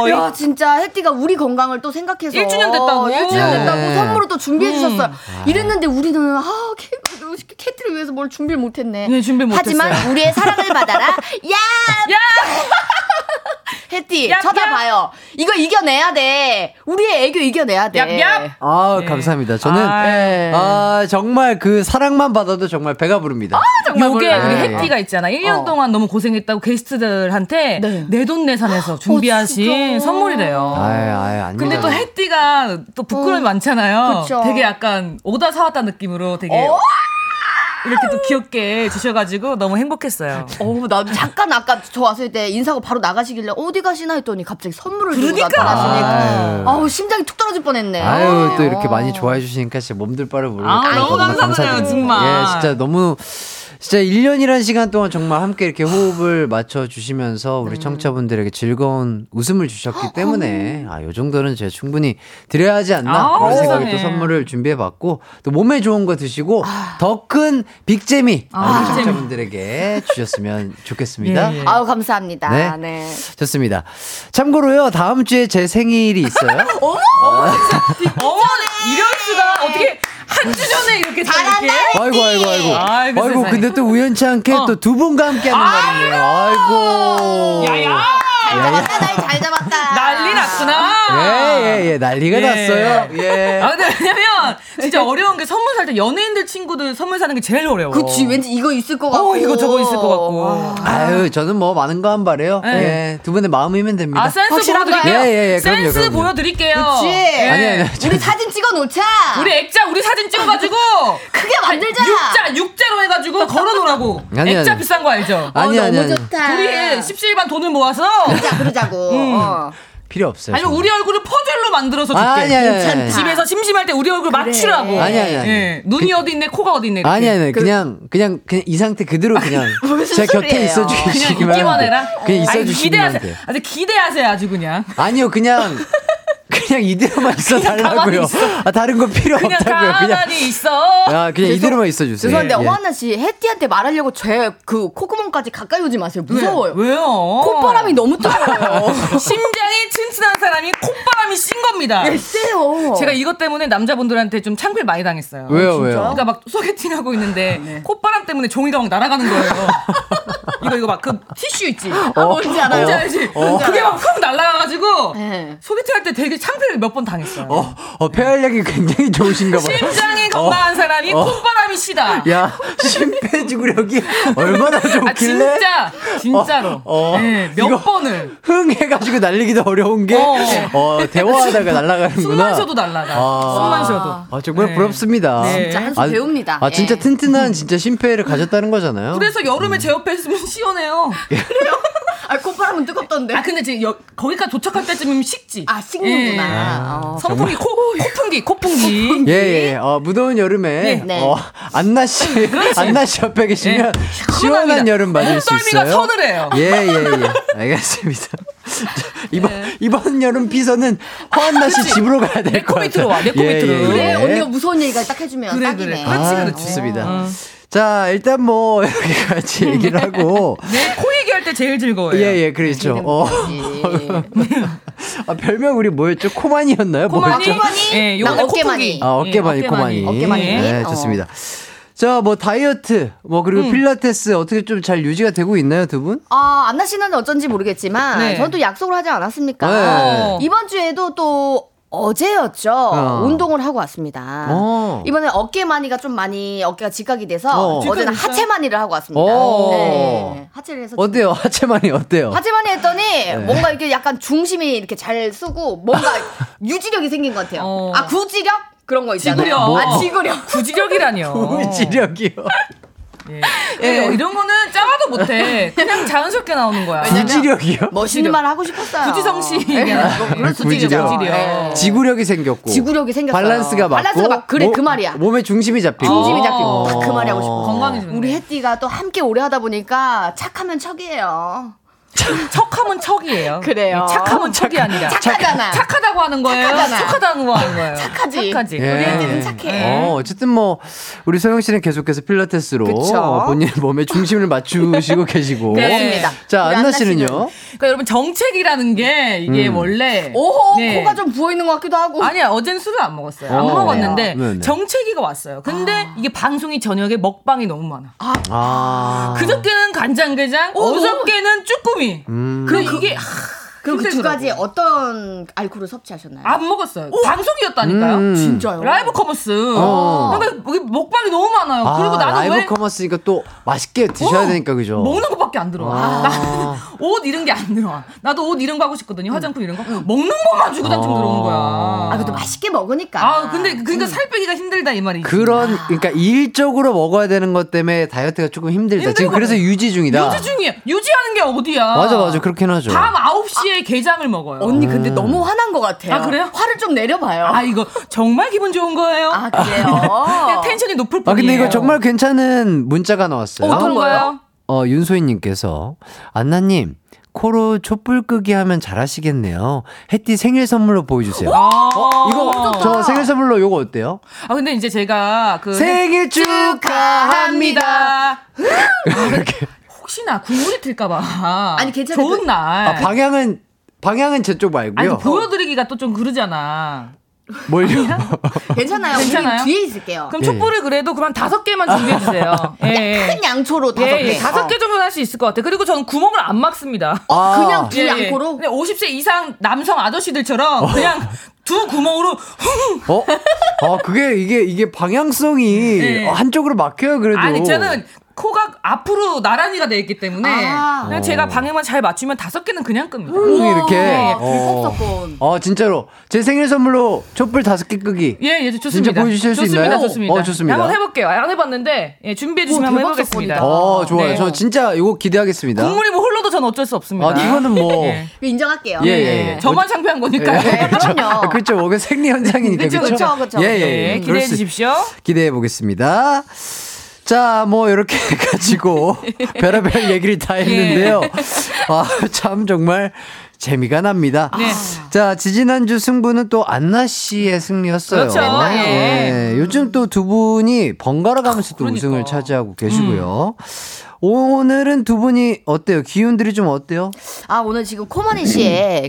스윗보이. 야, 진짜 해띠가 우리 건강을 또 생각해서. 일주년 됐다고. 음. 아. 1주년 네. 됐다고 선물을 또 준비해 주셨어요. 이랬는데 우리는, 아, 캐티를 위해서 뭘 준비를 못했네. 네, 준비 못했어요. 하지만 우리의 사랑을 받아라. 야! 해띠, 야, 쳐다봐요. 이거 이겨내야 돼. 우리의 애교 이겨내야 돼. 야, 야. 아, 감사합니다. 저는, 아, 아, 정말 그 사랑만 받아도 정말 배가 부릅니다. 요게 우리 몰라요. 해피가 있잖아. 1년 동안 너무 고생했다고 게스트들한테 어. 네. 내 돈 내산해서 준비하신 진짜. 선물이래요. 아유, 음. 아유, 아닙니다. 근데 또 해띠가 또 부끄러움이 많잖아요. 어. 그쵸. 어? 되게 약간 오다 사왔다 느낌으로 되게 이렇게 또 귀엽게 주셔가지고 너무 행복했어요. 어우, 나 잠깐 아까 저 왔을 때 인사하고 바로 나가시길래 어디 가시나 했더니 갑자기 선물을 들고 그러니까. 나타나시니까. 아유. 아우, 심장이 툭 떨어질 뻔했네. 아유 또 이렇게 어. 많이 좋아해 주시니까 진짜 몸둘 바를 모르고 아, 너무 감사드려요, 정말. 예 진짜 너무 진짜 1년이란 시간 동안 정말 함께 이렇게 호흡을 아. 맞춰 주시면서 네. 우리 청취자분들에게 즐거운 웃음을 주셨기 때문에 아 요 정도는 제가 충분히 드려야 하지 않나 아우, 네. 그런 생각에 세상에. 또 선물을 준비해 봤고 또 몸에 좋은 거 드시고 아. 더 큰 빅재미 우리 청취자분들에게 주셨으면 좋겠습니다. 예, 예. 아우, 감사합니다. 네. 네. 좋습니다. 참고로요 다음 주에 제 생일이 있어요. 어머, 이럴 수가 어떻게 한 주 전에 이렇게 또 이렇게 아이고 아이고 아이고. 아이고, 아이고, 세상에. 어. 근데 또 우연치 않게 또 두 분과 함께하는 날이네요. 아이고. 야야 야야. 잘 잡았다. 난리 났구나. 예예예 난리가 예. 났어요. 예. 아 근데 왜냐면 진짜 어려운 게 선물 살 때 연예인들 친구들 선물 사는 게 제일 어려워. 그치, 왠지 그 이거 있을 것 같고. 어 이거 저거 있을 것 같고. 아유 저는 뭐 많은 거 안 바래요. 예. 예. 두 분의 마음이면 됩니다. 아 센스 확실한 거야? 보여드릴게요. 예, 예, 예, 그럼요, 센스 그럼요. 보여드릴게요. 그치. 예. 아니 아니. 우리 사진 찍어 놓자. 우리 액자 우리 사진 찍어가지고 크게 만들자. 육자 육자로 해가지고 걸어놓으라고. 아니, 액자 아니. 비싼 거 알죠? 어, 아니 아니 너무 아니. 좋다. 우리 십시일반 돈을 모아서 그러자, 그러자고. 어. 필요 없어요. 아니면 우리 얼굴을 퍼즐로 만들어서 줄게. 그렇죠. 아니 아니 아니. 괜찮다. 집에서 심심할 때 우리 얼굴 맞추라고. 아니, 아니, 아니. 예. 눈이 어디 있네, 코가 어디 있네. 이렇게. 그- 아니 아니 그냥 그냥 그냥 이 상태 그대로 그냥 제 곁에 소리예요? 있어 그냥 주시기만 있기만 해라. 그냥 있어 아니, 주시기만 기대하세요. 돼. 아주 기대하세요, 아주 그냥. 아니요 그냥 그냥 이대로만 있어 가만히 달라고요. 있어. 아 다른 거 필요 그냥 없다고요. 그냥 가만히 있어. 아, 그냥 이대로만 있어주세요. 죄송한데, 예. 어하나 씨, 해띠한테 말하려고 제 그 콧구멍까지 가까이 오지 마세요. 무서워요. 왜요? 콧바람이 너무 뜨거워요. 심장이 튼튼한 사람이 콧바람이 씬 겁니다. 예, 글쎄요. 어. 제가 이것 때문에 남자분들한테 좀 창피를 많이 당했어요. 왜요, 왜요? 그러니까 막 소개팅 하고 있는데 콧바람 때문에 종이가 막 날아가는 거예요. 이거 이거 막 그 티슈 있지. 아, 뭔지 어. 알아요. 뭔지 알지? 그게 막 훅 날아가가지고 네. 소개팅 할 때 되게 창피를 몇 번 당했어요. 어, 어, 폐활량이 굉장히 좋으신가 봐요. 심장이 건강한 사람이 어. 콧바람이 시다. 야, 심폐지구력이 얼마나 아 좋길래 진짜 진짜로 어, 어. 예, 몇 이거- 번을 흥해가지고 날리기도 어려운 게 어. 어, 대화하다가 날아가는구나. 숨만 쉬어도 날라가. 아. 숨만 쉬어도. 아, 정말 네. 부럽습니다. 네. 진짜 한수 배웁니다. 아, 진짜 예. 튼튼한 진짜 심폐를 가졌다는 거잖아요. 그래서 음. 여름에 제 옆에 있으면 시원해요. 아, 콧바람은 예? 뜨겁던데. 아 근데 지금 여, 거기까지 도착할 때쯤이면 식지. 아, 예. 식는구나. 어. 선풍기 코 코풍기 코풍기. 예, 예, 예. 어, 무더운 여름에, 네. 어, 안나 씨, 안나 씨 옆에 계시면 시원한 시원합니다. 여름 맞을 수 몸썰미가 있어요. 아, 서늘해요. 예, 예, 예. 알겠습니다. 자, 이번, 이번 여름 피서는 허안나 씨 집으로 가야 될 것 같아요. 네. 내 예, 코밑으로 와, 내 코밑으로. 그래, 언니가 무서운 얘기가 딱 해주면 네. 그래, 딱이네. 그래. 네. 아, 그렇지. 음. 좋습니다. 자, 일단 뭐, 여기까지 얘기를 하고, 네, 코 얘기할 때 제일 즐거워요. 예, 예, 그렇죠. 네, 어. 아, 별명 우리 뭐였죠? 코만이었나요? 코마니? 뭐였죠? 예, 나 요번에 어깨 코프기. 많이. 아, 어깨만이, 예, 코만이. 어, 어깨만이. 네, 어. 좋습니다. 자, 뭐 다이어트, 뭐 그리고 음. 필라테스 어떻게 좀 잘 유지가 되고 있나요, 두 분? 아, 안나 씨는 어쩐지 모르겠지만 네. 저는 또 약속을 하지 않았습니까? 네. 어. 이번 주에도 또 어제였죠. 어. 운동을 하고 왔습니다. 어. 이번에 어깨 마니가 좀 많이 어깨가 직각이 돼서 어. 어. 제는 직각이 하체 마니를 하고 왔습니다. 어. 네. 하체를 해서 어때요? 하체만이 어때요? 하체 마니 했더니 뭔가 이렇게 약간 중심이 이렇게 잘 쓰고 뭔가 유지력이 생긴 것 같아요. 어. 아 구지력 그런 거 있잖아요. 지구력. 아 지구력. 구지력이라뇨. 지력이요. 예, 이런 거는 짜봐도 못해. 그냥 자연스럽게 나오는 거야. 구지력이요? 멋있는 말 하고 싶었어요. 구지성씨. 예. 뭐 그럴 수도 구지력. 있죠. 어, 구지력. 예. 지구력이 생겼고 지구력이 생겼어요. 밸런스가 맞고 밸런스가 막- 그래, 그 말이야. 몸의 중심이 잡히고 중심이 잡히고 어. 딱그 말이 하고 싶어. 건강해지는 우리 거야. 혜띠가 또 함께 오래 하다 보니까 착하면 척이에요. 척하면 척이에요. 그래요. 착하면 척이 아니라. 착하잖아. 착하다고 하는 거예요. 착하잖아. 착하다는 거 하는 거예요. 착하지. 착하지. 예. 우리 혜띠는 착해. 어, 어쨌든 뭐 우리 소영 씨는 계속해서 필라테스로 그쵸. 어, 본인 몸의 중심을 맞추시고 계시고 네. 맞습니다. 자 우리 안나 안나 씨는요? 그러니까 여러분 정책이라는 게 음. 이게 원래 오호 네. 코가 좀 부어 있는 것 같기도 하고. 아니야 어젠 술을 안 먹었어요. 어. 안 먹었는데 네네. 정체기가 왔어요. 근데 아. 이게 방송이 저녁에 먹방이 너무 많아. 아 그저께는 간장게장, 어저께는 쭈꾸미. 음. 그럼 그게 하, 그럼 그 두 힘들더라고. 아, 가지에 어떤 알코올을 섭취하셨나요? 안 먹었어요. 방송이었다니까요. 음. 진짜요? 라이브 커머스. 어. 그러니까 이게 먹방이 너무 많아요. 아, 그리고 나는 라이브 왜 커머스니까 또 맛있게 드셔야 어, 되니까 그죠? 먹는 것밖에 안 들어와. 아. 나는 옷 이런 게 안 들어와. 나도 옷 이런 거 하고 싶거든요. 화장품 이런 거. 먹는 것만 주고 단층 아. 들어오는 거야. 아, 그래도 맛있게 먹으니까. 아, 근데 그러니까 살 빼기가 힘들다 이 말이지. 그런 그러니까 일적으로 먹어야 되는 것 때문에 다이어트가 조금 힘들다. 힘들거든. 지금 그래서 유지 중이다. 유지 중이에요. 유지하는 게 어디야? 맞아 맞아 그렇긴 하죠. 밤 9시에 게장을 먹어요. 언니 근데 너무 화난 것 같아요. 아, 그래요? 화를 좀 내려봐요. 아, 이거 정말 기분 좋은 거예요. 아, 그래요? 어. 그냥 텐션이 높을 아 뿐이에요. 근데 이거 정말 괜찮은 문자가 나왔어요. 어떤 거예요? 어, 윤소희님께서 안나님 코로 촛불 끄기 하면 잘하시겠네요. 해띠 생일 선물로 보여주세요. 아, 어, 이거 저 생일 선물로 요거 어때요? 아 근데 이제 제가 그 생일 축하합니다. 이렇게 혹시나 국물이 튈까봐. 아니, 괜찮아요. 좋은 그- 날. 아, 방향은 방향은 제 쪽 네. 아니 그 말고요. 보여드리기가 또 좀 그러잖아. 뭘요? 괜찮아요. 괜찮아요? 우리 뒤에 있을게요. 그럼 예. 촛불을 그래도 그럼 다섯 개만 준비해 주세요. 예, 예. 큰 양초로 다섯 예, 개. 어. 예. 다섯 개 정도는 할 수 있을 것 같아요. 그리고 저는 구멍을 안 막습니다. 아, 그냥 두 예, 예. 양코로. 그냥 50세 이상 남성 아저씨들처럼 그냥 두 구멍으로 흥! 어? 아 그게 이게 이게 방향성이 어, 예. 한쪽으로 막혀요 그래도. 아니 저는 코가 앞으로 나란히가 돼 있기 때문에 아. 그냥 어. 제가 방향만 잘 맞추면 다섯 개는 그냥 끕니다. 음, 이렇게. 예, 어. 섞어본. 어 진짜로 제 생일 선물로 촛불 다섯 개 끄기. 예, 예, 좋습니다. 진짜 보여주실 수 좋습니다, 있나요? 좋습니다. 어, 좋습니다. 한번 해볼게요. 안 해봤는데 예, 준비해 주시면 오, 한번 대박 해보겠습니다. 사건이다. 어 좋아요. 네. 저 진짜 이거 기대하겠습니다. 국물이 뭐 흘러도 전 어쩔 수 없습니다. 아 이거는 뭐. 예. 이거 인정할게요. 예, 예, 예. 저만 창피한 거니까요. 네, 그럼요. 그렇죠. 뭐, 그 생리 현상이니까 그쵸, 그렇죠. 그쵸, 그쵸. 예, 예, 예. 예, 그럴 기대해 수- 주십시오. 기대해 보겠습니다. 자, 뭐 이렇게 가지고 별의별 얘기를 예. 다 했는데요. 아, 참 정말 재미가 납니다. 네. 자, 지지난주 승부는 또 안나 씨의 승리였어요. 그렇죠. 예. 예, 요즘 또 두 분이 번갈아 가면서 또 그러니까. 음. 우승을 차지하고 계시고요. 오늘은 두 분이 어때요? 기운들이 좀 어때요? 아 오늘 지금 코마니 씨의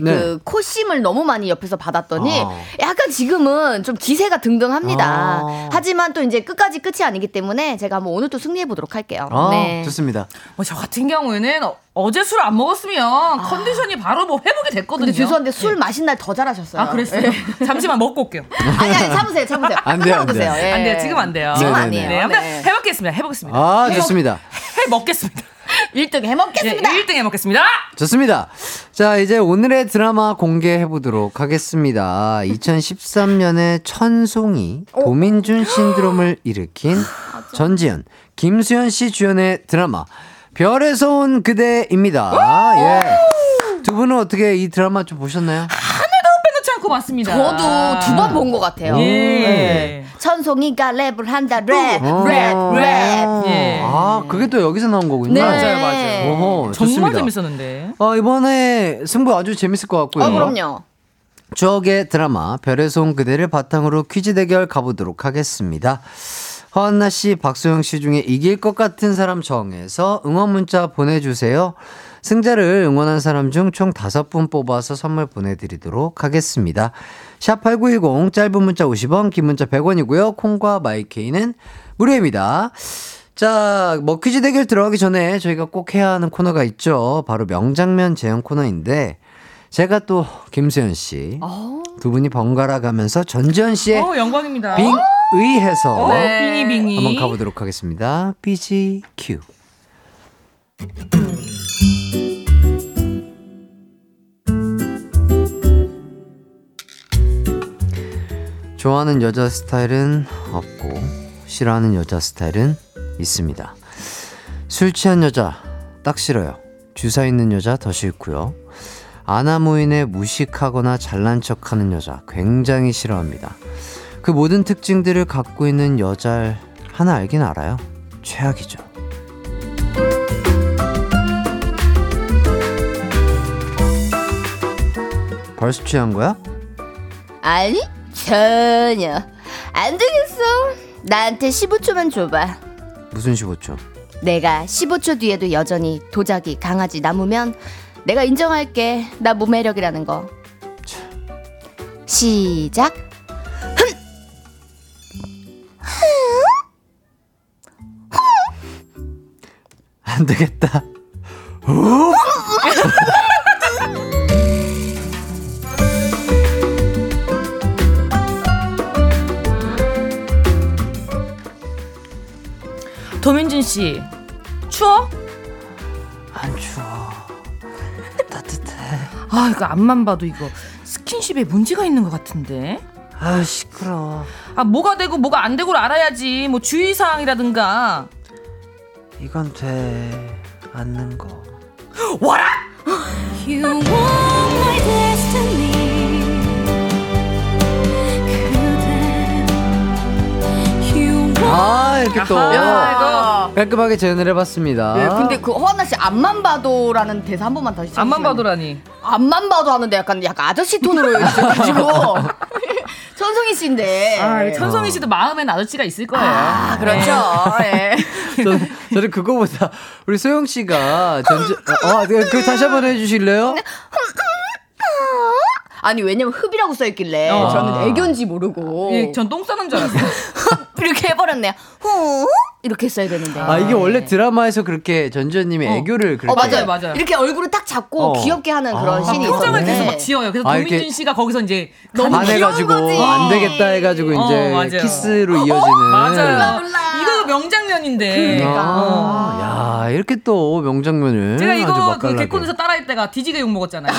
네. 그 코심을 너무 많이 옆에서 받았더니 아. 약간 지금은 좀 기세가 등등합니다. 아. 하지만 또 이제 끝까지 끝이 아니기 때문에 제가 한번 오늘 또 승리해 보도록 할게요. 아, 네. 좋습니다. 뭐 저 같은 경우에는 어- 어제 술 안 먹었으면 컨디션이 바로 뭐 회복이 됐거든요. 아. 예. 근데 예. 죄송한데 술 마신 날 더 잘하셨어요. 아 그랬어요. 잠시만 먹고 올게요. 아니 아니 참으세요 참으세요. 안 돼요, 끝나고 안 돼요. 드세요. 예. 안 돼요. 지금 안 돼요. 지금 네네네. 아니에요. 네, 한번 네. 해먹겠습니다. 해보겠습니다. 아, 좋습니다. 해 먹겠습니다. 1등 예, 해먹겠습니다. 1등 해먹겠습니다. 좋습니다. 자, 이제 오늘의 드라마 공개해 보도록 하겠습니다. 2013년에 천송이 어? 도민준 신드롬을 일으킨 아, 전지현, 김수현 씨 주연의 드라마 별에서 온 그대입니다. 예. 두 분은 어떻게 이 드라마 좀 보셨나요? 빼놓지 않고 봤습니다. 저도 두 번 본 것 같아요. 예. 예. 천송이가 랩을 한다 랩 어. 아, 랩 랩. 예. 아, 그게 또 여기서 나온 거군요. 네. 맞아요, 맞아요. 어허, 정말 좋습니다. 재밌었는데. 어, 이번에 승부 아주 재밌을 것 같고요. 어 그럼요. 추억의 드라마 별에서 온 그대를 바탕으로 퀴즈 대결 가보도록 하겠습니다. 허한나 씨, 박소영 씨 중에 이길 것 같은 사람 정해서 응원 문자 보내주세요. 승자를 응원한 사람 중 총 다섯 분 뽑아서 선물 보내드리도록 하겠습니다. 샵8910 짧은 문자 50원, 긴 문자 100원이고요. 콩과 마이케이는 무료입니다. 자, 뭐 퀴즈 대결 들어가기 전에 저희가 꼭 해야 하는 코너가 있죠. 바로 명장면 재현 코너인데 제가 또 김수현 씨 두 분이 번갈아 가면서 전지현 씨의 어, 영광입니다. 어? 네. 빙의해서 빙이 빙이. 네, 한번 가보도록 하겠습니다. BGQ. 좋아하는 여자 스타일은 없고 싫어하는 여자 스타일은 있습니다. 술 취한 여자 딱 싫어요. 주사 있는 여자 더 싫고요. 아나무인에 무식하거나 잘난 척하는 여자 굉장히 싫어합니다. 그 모든 특징들을 갖고 있는 여자를 하나 알긴 알아요. 최악이죠. 벌써 취한 거야? 아니 전혀 안 되겠어. 나한테 15초만 줘봐. 무슨 15초? 내가 15초 뒤에도 여전히 도자기 강아지 남으면 내가 인정할게 나 무매력이라는 거 시작 안 되겠다. 도민진 씨 추워? 안 추워. 따뜻해. 아 이거 앞만 봐도 이거 스킨십에 문제가 있는 것 같은데. 아 시끄러. 아 뭐가 되고 뭐가 안 되고를 알아야지. 뭐 주의 사항이라든가. 이건 돼. 앉는 거. You want my destiny 그대 You 아 이렇게 또 야, 깔끔하게 재현을 해봤습니다. 네, 예, 근데 그 허나 씨 앞만 봐도라는 대사 한 번만 다시 아. 앞만 해주시면 봐도라니. 앞만 봐도 하는데 약간 약간 아저씨 톤으로 해주셔가지고 천송이 씨인데 아, 어. 천성희 씨도 마음엔 아저씨가 있을 거예요. 아, 그렇죠 예. 저는, 저는 그거보다 우리 소영 씨가 전주. 어, 어, 그, 그 다시 한번 해주실래요? 아니 왜냐면 흡이라고 써있길래 아. 저는 애견지 모르고 예, 전똥 싸는 줄 알았어요. 이렇게 해버렸네요 후 이렇게 써야 되는데 아 이게 원래 드라마에서 그렇게 전지현님이 애교를 그렇게. 네. 어 맞아요 맞아요. 이렇게 얼굴을 딱 잡고 어. 귀엽게 하는 그런 아, 신이 표정을 있었는데 계속 막 지어요. 그래서 아, 도민진 이렇게 씨가 거기서 이제 너무 반해가지고 귀여운 거지. 안 되겠다 해가지고 어, 이제 맞아요. 키스로 이어지는. 맞아요. 이거 명장면인데. 그러니까. 아, 야 이렇게 또 명장면을 제가 음, 아주 이거 그 맛깔나게. 개콘에서 따라했다가 뒤지게 욕 먹었잖아요.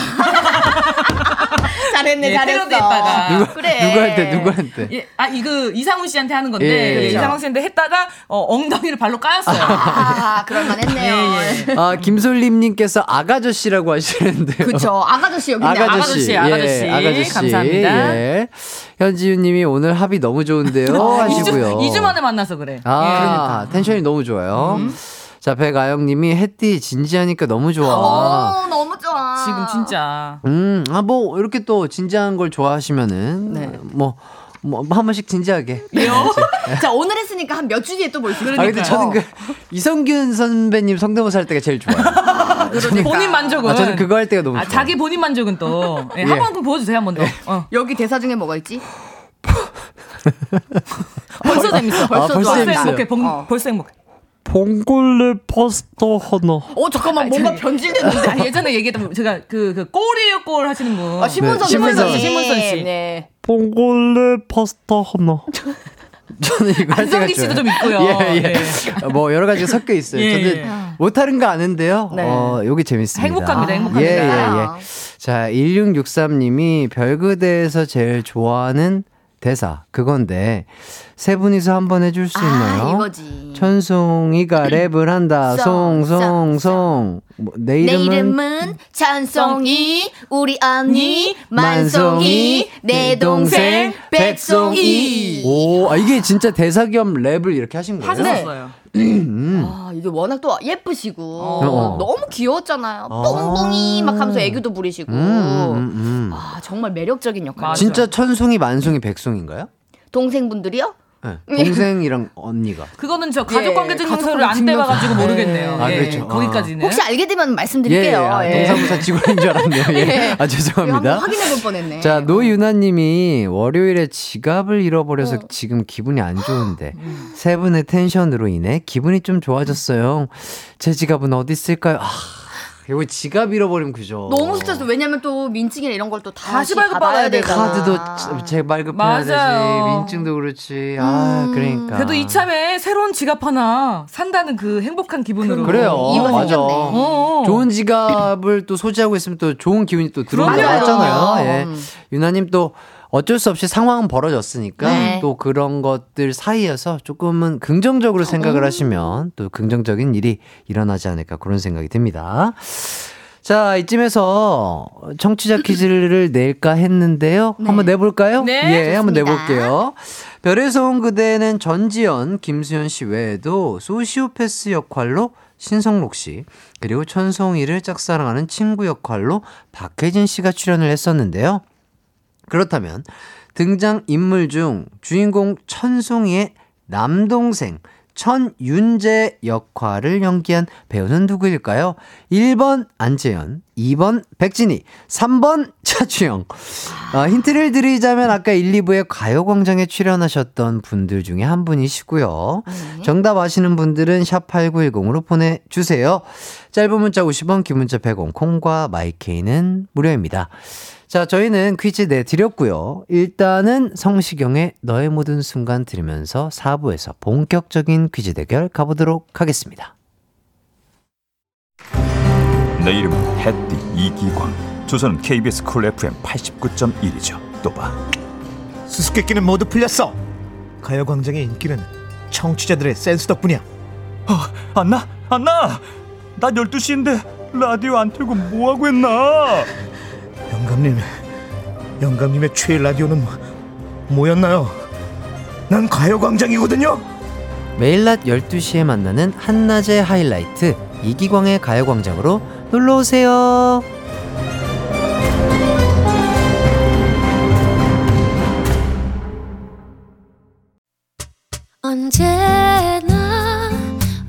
잘했네 예, 잘했어 네. 테러됐다가. 누가 그래. 누구한테 누구한테 예, 아 이거 이상훈 씨한테 하는 건데 예, 예, 예. 이상훈 씨한테 했다가 어, 엉덩이를 발로 까였어요. 아 그럴만했네요 예, 예. 아 김솔림님께서 아가저씨라고 하시는데요. 그쵸 아가저씨 여기 아가저씨, 아가저씨, 아가저씨. 예, 아가저씨. 감사합니다. 예. 현지윤님이 오늘 합이 너무 좋은데요 아, 하시고요. 2주, 만에 예. 음. 만나서 그래. 아 텐션이 너무 좋아요. 자 백아영님이 해띠 진지하니까 너무 좋아. 어 너무 좋아 지금 진짜 음, 아 뭐 이렇게 또 진지한 걸 좋아하시면은 네. 뭐. 뭐, 한 번씩 예, 진지하게. 자 오늘 했으니까 한 몇 주 뒤에 또 볼 수 있어요 아, 근데 저는 그, 이성균 선배님 성대모사 할 때가 제일 좋아요. 그러니까. 본인 만족은 그러니까. 아, 저는 그거 할 때가 너무 아, 좋아요. 자기 본인 만족은 또 예, 예. 한 번 그 보여주세요 한 번 더. 어. 그 여기 대사 중에 뭐가 있지? 벌써 재밌어. 벌써 벌써 재밌어요. 행복해. 봉- 어. 벌써 행복해. 봉골레 파스타 하나. 어 잠깐만 뭔가 변질됐는데 아, 예전에 얘기했던 제가 그, 그 꼬리요 꼴 하시는 분. 아, 신문선 네, 신문선 선생님. 씨, 신문선 씨. 네. 봉골레 파스타 하나. 저는 이거 할 때가 안성기 씨도 좋아요. 좀 있고요. 예, 예. 예. 뭐 여러 가지 섞여 있어요. 예, 저는 예. 못하는 거 아는데요. 네. 어, 요게 재밌습니다. 행복합니다, 아, 행복합니다. 예, 예, 예. 자, 1663님이 별그대에서 제일 좋아하는 대사 그건데 세 분이서 한번 해줄 수 있나요? 아 이거지. 천송이가 랩을 한다. 송, 송, 송송송. 뭐, 내 내 이름은 이름은 찬송이 우리 언니 만송이 네, 내 동생 백송이 오, 아, 이게 진짜 대사 겸 랩을 이렇게 하신 거예요? 네. 하셨어요. 아 이게 워낙 또 예쁘시고 어. 너무 귀여웠잖아요. 뽕뽕이 막 하면서 애교도 부리시고. 음, 음, 음. 아, 아 정말 매력적인 역할. 맞아. 진짜 천송이 만송이 백송인가요? 동생분들이요? 네, 동생이랑 언니가. 그거는 저 가족 예, 관계 증명서를 가족 관계 안 떼봐가지고 증명서. 모르겠네요. 아, 예, 그렇죠. 아. 거기까지는. 혹시 알게 되면 예, 말씀드릴게요. 아, 예. 동사무소 직원인 줄 알았네요. 예. 예. 아, 이거 한번 죄송합니다. 확인해 예. 볼 뻔했네. 자, 노유나님이 월요일에 지갑을 잃어버려서 지금 기분이 안 좋은데 음. 세 분의 텐션으로 인해 기분이 좀 좋아졌어요. 제 지갑은 어디 있을까요? 아, 이거 지갑 잃어버리면 그죠. 너무 스트레스. 왜냐면 또 민증이나 이런 걸 또 다시, 다시 발급받아야 받아야 되잖아. 네, 카드도 재발 급해야 되지, 맞아요. 민증도 그렇지. 아, 음, 그러니까. 그래도 이참에 새로운 지갑 하나 산다는 그 행복한 기분으로. 그래요. 이유가 맞아. 생겼네. 어. 좋은 지갑을 또 소지하고 있으면 또 좋은 기운이 또 들어온다고 그럼요. 했잖아요. 예. 음. 유나님 또 어쩔 수 없이 상황은 벌어졌으니까 네. 또 그런 것들 사이에서 조금은 긍정적으로 음. 생각을 하시면 또 긍정적인 일이 일어나지 않을까 그런 생각이 듭니다. 자, 이쯤에서 청취자 퀴즈를 낼까 했는데요. 한번 내볼까요? 네, 예, 한번 좋습니다. 내볼게요. 별에서 온 그대는 전지현, 김수현 씨 외에도 소시오패스 역할로 신성록 씨, 그리고 천송이를 짝사랑하는 친구 역할로 박혜진 씨가 출연을 했었는데요. 그렇다면 등장 인물 중 주인공 천송이의 남동생 천윤재 역할을 연기한 배우는 누구일까요? 1번 안재현, 2번 백진희, 3번 차주영. 아, 힌트를 드리자면 아까 1, 2부에 가요광장에 출연하셨던 분들 중에 한 분이시고요. 정답 아시는 분들은 샵8910으로 보내주세요. 짧은 문자 50원, 긴 문자 100원, 콩과 마이케이는 무료입니다. 자, 저희는 퀴즈 내드렸고요. 일단은 성시경의 너의 모든 순간 들으면서 4부에서 본격적인 퀴즈 대결 가보도록 하겠습니다. 내 이름은 해띠 이기광. 조선은 KBS 콜 FM 89.1이죠. 또 봐. 수수께끼는 모두 풀렸어. 가요광장의 인기는 청취자들의 센스 덕분이야. 안나, 안나. 난 12시인데 라디오 안 틀고 뭐 하고 했나? 영감님, 영감님의 최애 라디오는 뭐였나요? 난 가요광장이거든요. 매일 낮 12시에 만나는 한낮의 하이라이트 이기광의 가요광장으로 놀러오세요. 언제나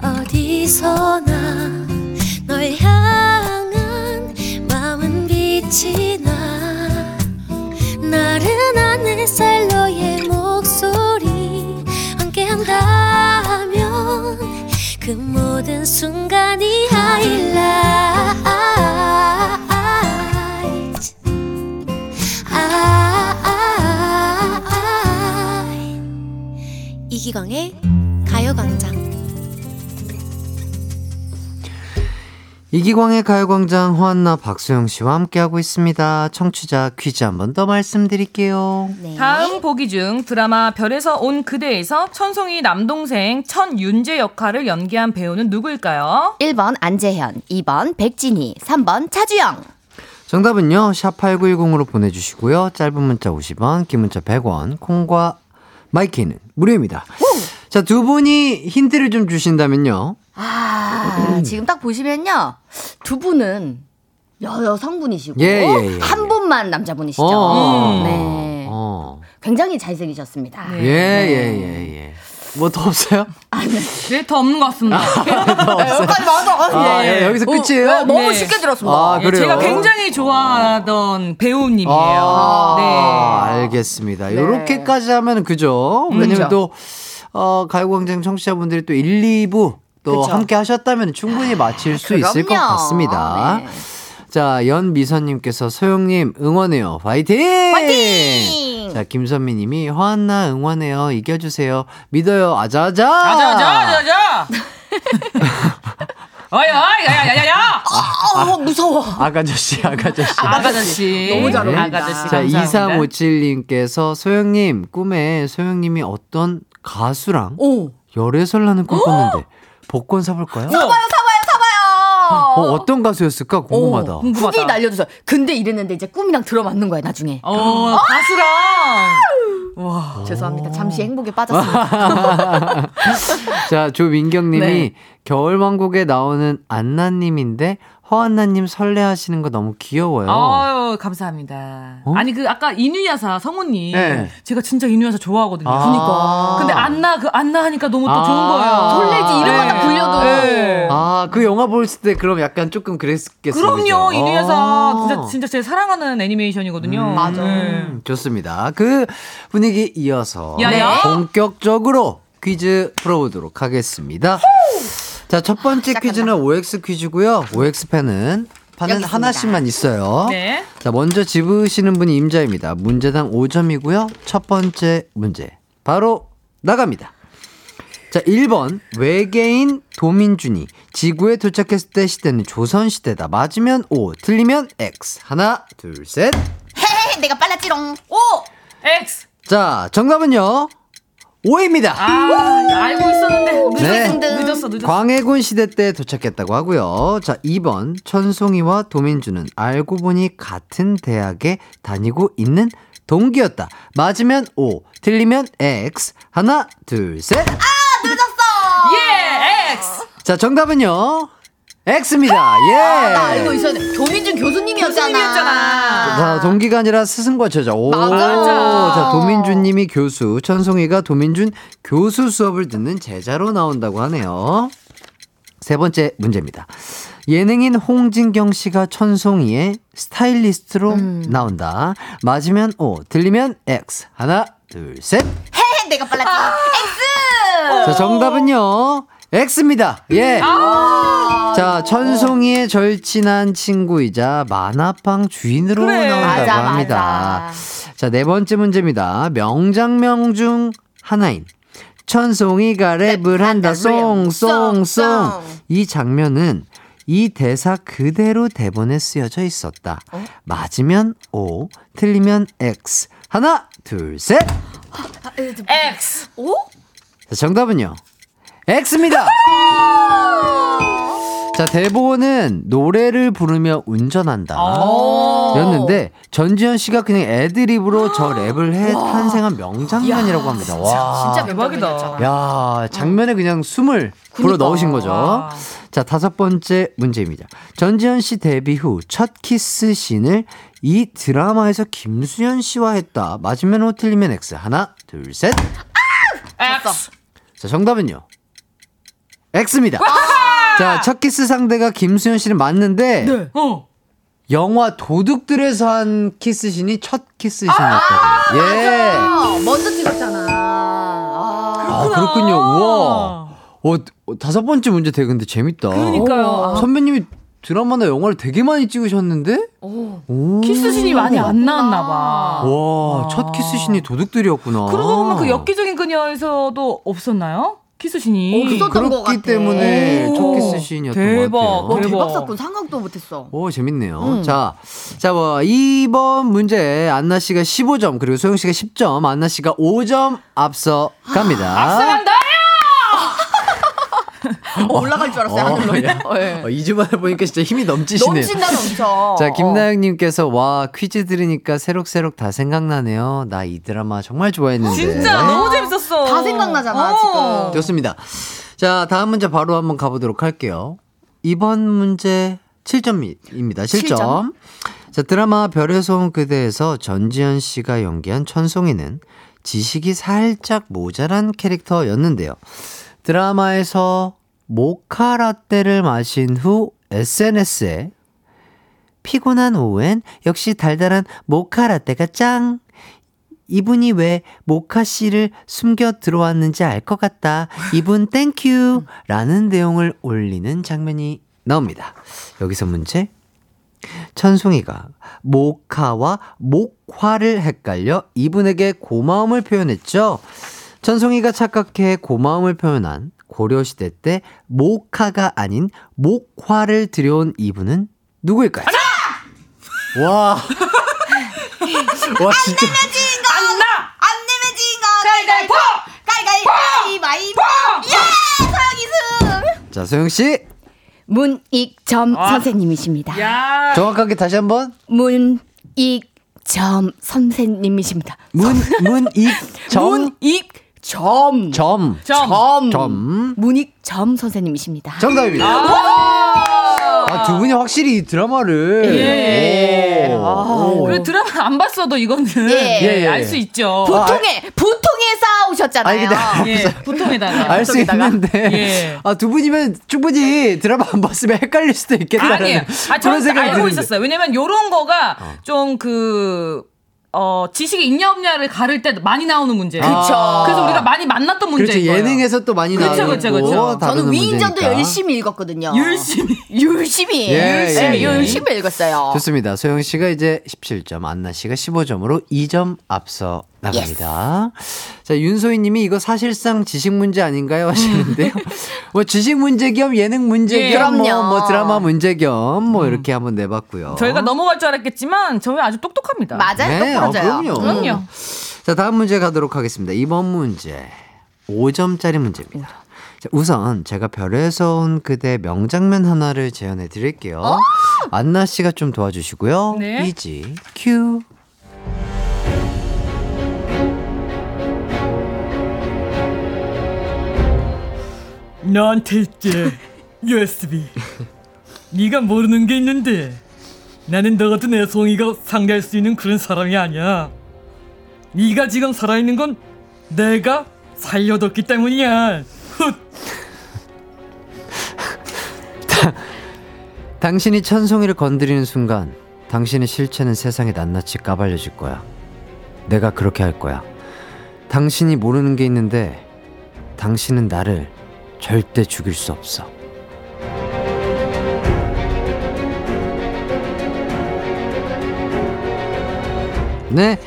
어디서나 널 향한 마음은 빛이 나 나른한 햇살 너의 목소리 함께한다면 그 모든 순간이 아, 하이라이트 아, 아아아아아이. 이기광의 가요광장 이기광의 가요광장 허한나 박수영 씨와 함께하고 있습니다. 청취자 퀴즈 한 번 더 말씀드릴게요. 네. 다음 보기 중 드라마 별에서 온 그대에서 천송이 남동생 천윤재 역할을 연기한 배우는 누구일까요? 1번 안재현, 2번 백진희, 3번 차주영. 정답은요. 샵8910으로 보내주시고요. 짧은 문자 50원, 긴 문자 100원, 콩과 마이키는 무료입니다. 자, 두 분이 힌트를 좀 주신다면요. 아, 지금 딱 보시면요. 두 분은 여, 여성분이시고 예, 예, 예, 한 예. 분만 남자분이시죠. 음, 어. 네. 어. 굉장히 잘생기셨습니다. 네. 예, 예, 예, 예. 뭐 더 없어요? 네, 더 없는 것 같습니다. 여기까지 맞아. 아, 네. 예, 여기서 어, 끝이에요? 네, 너무 네. 쉽게 들었습니다. 아, 예, 그래요? 제가 굉장히 좋아하던 배우님이에요. 아, 네. 알겠습니다. 요렇게까지 하면 그죠? 왜냐면 그렇죠. 또, 어, 가요광장 청취자분들이 또 1, 2부 또 그쵸. 함께 하셨다면 충분히 마칠 수 있을 것 그럼요. 같습니다. 네. 자, 연미선님께서 소영님 응원해요. 파이팅! 파이팅! 자, 김선미님이 허한나 응원해요. 이겨주세요. 믿어요. 아자아자! 자자자자자. 어이 어이 야야야야야. 아, 무서워. 아가저씨, 아가저씨. 아가저씨. 너무 잘 어울린다. 아가저씨. 자, 감사합니다. 2357님께서 소영님 꿈에 소영님이 어떤 가수랑 오. 열애설 나는 꿈 꿨는데 복권 사볼까요? 사봐요, 사봐요, 사봐요. 어, 어떤 가수였을까 궁금하다. 궁금- 궁금하다. 후기 날려주세요. 근데 이랬는데 이제 꿈이랑 들어맞는 거야 나중에. 어 가수랑 와. 아. 죄송합니다. 잠시 행복에 빠졌습니다. 자, 조민경님이 네. 겨울왕국에 나오는 안나님인데 허안나님 설레하시는 거 너무 귀여워요. 아유 감사합니다. 아니 그 아까 인유야사 성우님 네. 제가 진짜 인유야사 좋아하거든요. 그러니까. 아. 그니까. 근데 안나 그 안나 하니까 너무 또 아. 좋은 거예요. 네. 설레지, 이름마다 불려도. 아, 그 영화 볼 때 그럼 약간 조금 그랬겠어요. 그럼요 그죠? 인유야사 아. 진짜 진짜 제 사랑하는 애니메이션이거든요. 네. 맞아. 음, 네. 좋습니다. 그 분위기 이어서 네, 야야. 본격적으로 퀴즈 풀어보도록 하겠습니다. 자, 첫 번째 퀴즈는 OX 퀴즈고요. OX 펜은 판은 여기 있습니다. 하나씩만 있어요. 네. 자, 먼저 집으시는 분이 임자입니다. 문제당 5점이고요. 첫 번째 문제 바로 나갑니다. 자, 1번 외계인 도민준이 지구에 도착했을 때 시대는 조선 시대다. 맞으면 O, 틀리면 X. 하나, 둘, 셋. 헤헤 내가 빨랐지롱. 오 X. 자, 정답은요. O입니다. 알고 있었는데 네. 아, 늦었어 늦었어. 광해군 시대 때 도착했다고 하고요. 자, 2번 천송이와 도민주는 알고 보니 같은 대학에 다니고 있는 동기였다. 맞으면 O, 틀리면 X. 하나, 둘, 셋. 늦었어. 예 X. 자, 정답은요. X입니다. 예. 나 알고 있었는데 조민준 교수님이었잖아. 자, 동기가 아니라 스승과 제자. 오. 맞아. 자, 도민준 님이 교수, 천송이가 도민준 교수 수업을 듣는 제자로 나온다고 하네요. 세 번째 문제입니다. 예능인 홍진경 씨가 천송이의 스타일리스트로 음. 나온다. 맞으면 O, 들리면 X. 하나, 둘, 셋. 헤헤 내가 빨랐지. 아, X. 자, 정답은요. X입니다. 예. 아. 자, 천송이의 절친한 친구이자 만화방 주인으로 그래. 나온다고 맞아, 맞아. 합니다. 자, 네 번째 문제입니다. 명장면 중 하나인 천송이가 랩을 한다. 쏭쏭쏭. 이 장면은 이 대사 그대로 대본에 쓰여져 있었다. 맞으면 O, 틀리면 X. 하나, 둘, 셋. X. 오? 자, 정답은요. X입니다. 자, 대본은 노래를 부르며 운전한다. 어. 였는데 전지현 씨가 그냥 애드립으로 저 랩을 해 탄생한 명장면이라고 합니다. 와. 진짜 대박이다. 야, 장면에 그냥 숨을 불어 넣으신 거죠. 자, 다섯 번째 문제입니다. 전지현 씨 데뷔 후 첫 키스 씬을 이 드라마에서 김수현 씨와 했다. 맞으면 O 틀리면 X. 하나, 둘, 셋. X. 자, 정답은요. X입니다. 자, 첫 키스 상대가 김수현 씨는 맞는데 어. 영화 도둑들에서 한 키스신이 첫 키스신이었다고요. 예. 어, 먼저 찍었잖아. 아, 그렇군요. 우와. 어, 어, 다섯 번째 문제 되게 근데 재밌다. 그러니까요. 어, 아. 선배님이 드라마나 영화를 되게 많이 찍으셨는데? 오. 키스신이 많이 안 나왔나 봐. 와, 첫 키스신이 도둑들이었구나. 그러고 보면 그 엽기적인 그녀에서도 없었나요? 키스신이 없었던 것 그렇기 같아. 때문에 오. 첫 키스신이었던 대박, 어, 것 같아요. 대박. 대박 사건 상각도 못했어. 오, 재밌네요. 음. 자, 자, 뭐, 2번 문제, 안나 씨가 15점, 그리고 소영 씨가 10점, 안나 씨가 5점 앞서 갑니다. 어, 올라갈 줄 알았어요, 하늘로. 네. 예. 어, 2주 만에 보니까 진짜 힘이 넘치시네요. 넘친다, 넘쳐. 자, 김나영님께서, 와, 퀴즈 들으니까 새록새록 다 생각나네요. 나 이 드라마 정말 좋아했는데. 진짜 너무 재밌었어. 다 생각나잖아, 지금. 좋습니다. 자, 다음 문제 바로 한번 가보도록 할게요. 이번 문제 7점입니다. 7점. 점. 자, 드라마 별에서 온 그대에서 전지현 씨가 연기한 천송이는 지식이 살짝 모자란 캐릭터였는데요. 드라마에서 모카 라떼를 마신 후 SNS에 피곤한 오후엔 역시 달달한 모카 라떼가 짱! 이분이 왜 모카 씨를 숨겨 들어왔는지 알 것 같다. 이분 땡큐! 라는 내용을 올리는 장면이 나옵니다. 여기서 문제. 천송이가 모카와 목화를 헷갈려 이분에게 고마움을 표현했죠. 천송이가 착각해 고마움을 표현한 고려시대 때 모카가 아닌 목화를 들여온 이분은 누구일까요? 와. 와 진짜 안 나. 안 내면 진 거. 갈갈포. 갈갈가위바위보. 예 서영이 승. 자 소영 씨 아. 문익점 선생님이십니다. 정확하게 다시 한번 문익 점 선생님이십니다. 문, 문, 입, 점. 문, 입, 점. 점. 점. 점. 문익 점 선생님이십니다. 정답입니다. 아, 두 분이 확실히 이 드라마를. 예. 오. 오. 그래 드라마 안 봤어도 이거는 예. 예, 예. 알 수 있죠. 예, 보통에 보통에 어, 아니, 싸우셨잖아요. 예. 근데 앞에서- 보통에다가 예. 알 수 있는데 아 두 분이면 충분히 드라마 안 봤으면 헷갈릴 수도 있겠다라는 아니에요. 아, 그런 저는 생각이 알고 드는데. 어. 있었어요. 왜냐면 요런 거가 좀 그 어, 지식이 있냐 없냐를 가를 때 많이 나오는 문제. 그쵸. 아. 그래서 우리가 많이 만났던 문제. 그렇죠 예능에서 또 많이 그렇죠, 그쵸, 나오고 그쵸, 그쵸. 다루는 저는 위인전도 문제니까. 열심히 읽었거든요. 열심히 열심히 예, 네, 예. 열심히 아. 읽었어요. 좋습니다 소영 씨가 이제 17점 안나 씨가 15점으로 2점 앞서 나갑니다 자 윤소희님이 이거 사실상 지식 문제 아닌가요 하시는데요 뭐 지식 문제 겸 예능 문제 예. 겸 뭐, 그럼요. 음. 뭐 드라마 문제 겸 뭐 이렇게 한번 내봤고요 저희가 넘어갈 줄 알았겠지만 저희 아주 똑똑합니다. 네, 어, 그럼요. 음. 그럼요. 자, 다음 문제 가도록 하겠습니다. 이번 문제. 5점짜리 문제입니다. 자, 우선 제가 별에서 온 그대 명장면 하나를 재현해 드릴게요. 어? 안나 씨가 좀 도와주시고요. 네. 이지 큐. 음. 나한테 있게 USB 네가 모르는 게 있는데 나는 너 같은 애송이가 상대할 수 있는 그런 사람이 아니야 네가 지금 살아있는 건 내가 살려뒀기 때문이야 당신이 천송이를 건드리는 순간 당신의 실체는 세상에 낱낱이 까발려질 거야. 내가 그렇게 할 거야. 당신이 모르는 게 있는데 당신은 나를 절대 죽일 수 없어. 네.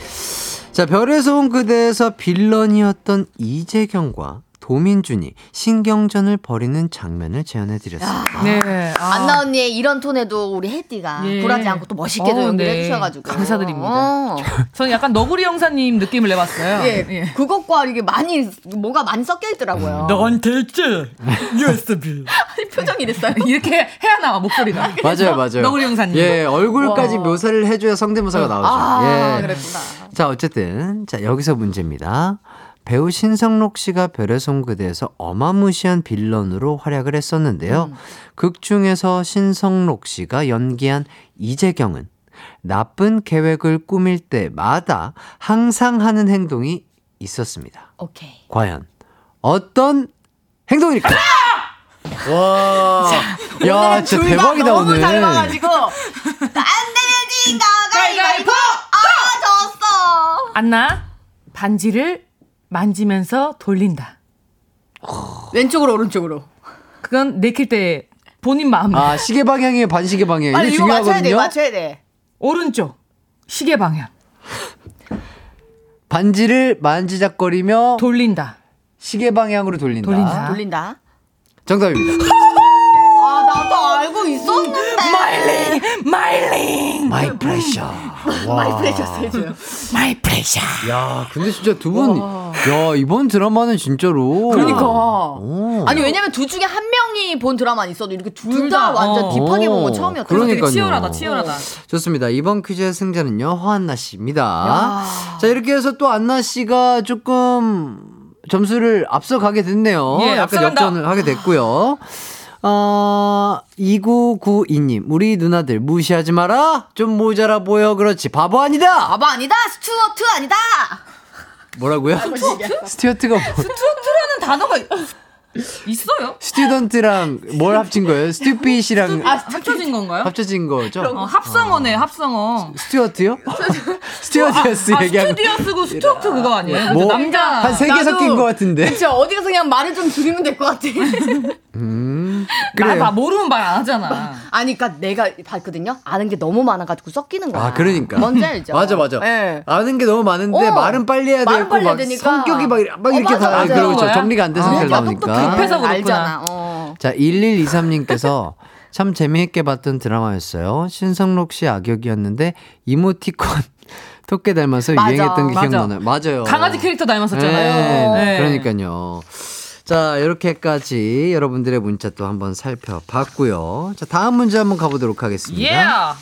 자, 별에서 온 그대에서 빌런이었던 이재경과 도민준이 신경전을 벌이는 장면을 재현해 드렸습니다. 네. 아. 안나 언니의 이런 톤에도 우리 혜띠가 예. 굴하지 않고 또 멋있게도 어우, 연기를 네. 해주셔가지고 감사드립니다. 어. 저는 약간 너구리 형사님 느낌을 내봤어요. 예, 그것과 이게 많이 뭐가 많이 섞여 음, 있더라고요. 너한테 있게 USB 표정이 이랬어요. 이렇게 해야 나와 목소리가. 맞아요, 맞아요. 너구리 형사님. 예, 얼굴까지 묘사를 해줘야 성대모사가 나오죠. 아, 예. 그랬구나. 자, 어쨌든 자 여기서 문제입니다. 배우 신성록 씨가 별의 송그대에서 어마무시한 빌런으로 활약을 했었는데요. 음. 극 중에서 신성록 씨가 연기한 이재경은 나쁜 계획을 꾸밀 때마다 항상 하는 행동이 있었습니다. 오케이. 과연 어떤 행동일까요? 와, 야, 아, 진짜 대박이다 오늘. 안 되면 진거 가위바위보! 아 졌어. 안나 반지를 만지면서 돌린다. 왼쪽으로 오른쪽으로. 그건 내킬 때 본인 마음. 아 시계 방향이에요 반시계 방향 이게 빨리 이거 맞춰야 돼. 중요하거든요 맞춰야 돼. 오른쪽 시계 방향. 반지를 만지작거리며 돌린다 시계 방향으로 돌린다, 돌린다. 아, 돌린다. 정답입니다 아 나도 알고 있었는데. 마일링 마일링. 마이 프레셔 마이 프레셔스 해줘요. 마이 프레셔 야 근데 진짜 두분야 이번 드라마는 진짜로 그러니까. 아, 네, 오. 아니 왜냐면 둘 중에 한 명이 본 드라마는 있어도 이렇게 둘 다 어. 완전 딥하게 본 거 어. 처음이었거든요. 그러니까요. 치열하다. 좋습니다. 이번 퀴즈의 승자는요, 허안나 씨입니다. 자, 이렇게 해서 또 안나 씨가 조금 점수를 앞서가게 됐네요. 예, 약간 앞서간다. 역전을 하게 됐고요. 어, 2992님, 우리 누나들 무시하지 마라! 좀 모자라 보여, 그렇지. 바보 아니다! 바보 아니다. 스튜어트 아니다. 뭐라고요? 아, 스튜어트가 뭐, 스튜어트라는 단어가 있어요? 스튜던트랑 뭘 합친 거예요? 스튜핏이랑 아, 합쳐진 건가요? 합쳐진 거죠? 어, 합성어네, 합성어. 스튜어트요? 스튜어트였어, 아, 얘기하는 스튜디오스고 스튜어트 그거 아니에요? 뭐, 남자. 한세 개 섞인 것 같은데. 그쵸 어디 가서 그냥 말을 좀 줄이면 될 것 같아. 음, 나 그래요. 봐, 모르면 말 안 하잖아. 아니 그러니까 내가 봤거든요. 아는 게 너무 많아가지고 섞이는 거야. 아, 그러니까. 뭔지 알죠? 맞아, 맞아. 예. 아는 게 너무 많은데 어, 말은 빨리 해야 말은 되고 빨리 해야 막 되니까. 성격이 막, 이렇게- 막 어, 이렇게 맞아, 다 맞아. 그렇죠. 그거야? 정리가 안 된 아, 상태로 나도 또 나오니까. 급해서 그렇구나. 알잖아. 어. 자, 1123님께서 참 재미있게 봤던 드라마였어요. 신성록 씨 악역이었는데 이모티콘 토끼 닮아서 맞아. 유행했던 게 맞아. 기억나나요? 맞아요. 강아지 캐릭터 닮았었잖아요. 어. 네, 네. 그러니까요. 자, 이렇게까지 여러분들의 문자 또 한번 살펴봤고요. 자, 다음 문제 한번 가보도록 하겠습니다. Yeah.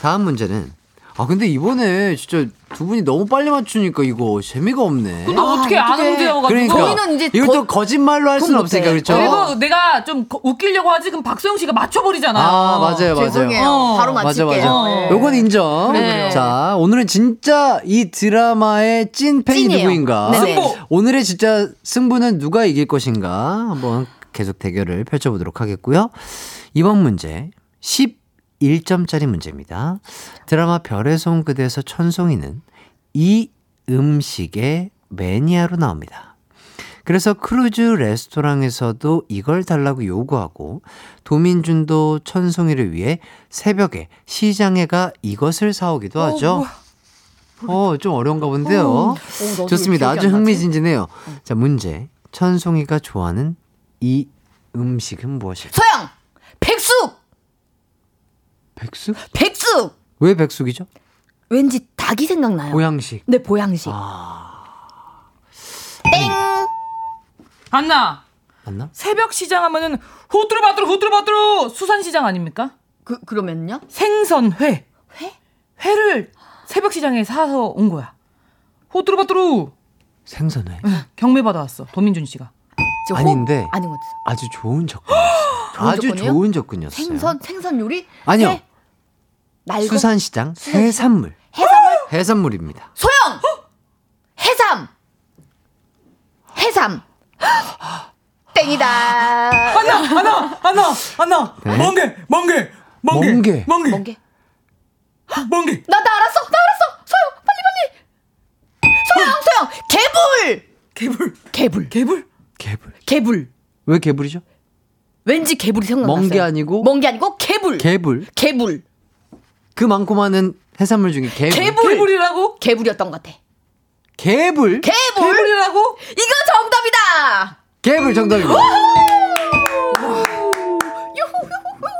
다음 문제는 아 근데 이번에 진짜 두 분이 너무 빨리 맞추니까 이거 재미가 없네. 근데 아, 어떻게 안 움직여가지고. 그러니까 저희는 이제 이것도 거- 거짓말로 할 수는 없으니까 그렇죠. 그리고 내가 좀 거- 웃기려고 하지 그럼 박소영 씨가 맞춰버리잖아. 아 맞아요 맞아요. 맞아 맞아. 요건 인정. 네. 자 오늘은 진짜 이 드라마의 찐 팬이 찐이에요. 누구인가. 네네. 승부! 오늘의 진짜 승부는 누가 이길 것인가 한번 계속 대결을 펼쳐보도록 하겠고요. 이번 문제 11점짜리 문제입니다. 드라마 별의 소음 그대에서 천송이는 이 음식의 매니아로 나옵니다. 그래서 크루즈 레스토랑에서도 이걸 달라고 요구하고 도민준도 천송이를 위해 새벽에 시장에가 이것을 사오기도 하죠. 어, 좀 어려운가 본데요. 어, 어, 나도 좋습니다. 기억이 안 나지? 아주 어. 흥미진진해요. 자, 문제. 천송이가 좋아하는 이 음식은 무엇일까요? 소영 백숙 백숙? 백숙 왜 백숙이죠? 왠지 닭이 생각나요. 보양식. 아. 네 보양식. 안나. 안나? 새벽 시장 하면은 후뚜루바뚜루 후뚜루바뚜루 수산 시장 아닙니까? 그 그러면요? 생선 회. 회? 회를 새벽 시장에 사서 온 거야. 후뚜루바뚜루. 생선회. 경매 받아왔어. 도민준 씨가. 아닌데. 아닌 것 같아요. 아주 좋은 접근이었어요. 아주 접근이요? 좋은 접근이었어요. 생선 생선 요리? 아니요. 낡은 수산시장 수산시장? 해산물. 해산물? 해산물입니다. 소영 해삼 해삼 땡이다. 안나 안나 안나 안나. 네. 멍게 멍게 멍게 멍게. 멍게 멍게. 나나 알았어 나 알았어 소영 빨리 빨리 어. 소영 소영 개불 개불 개불 개불 개불 왜 개불이죠? 왠지 개불이 생각났어요. 멍게 아니고? 멍게 아니고 개불 개불. 개불 그 많고 많은 해산물 중에 개불. 개불 개불이라고? 개불이었던 것 같아. 개불. 개불 개불이라고? 이거 정답이다. 개불 정답입니다.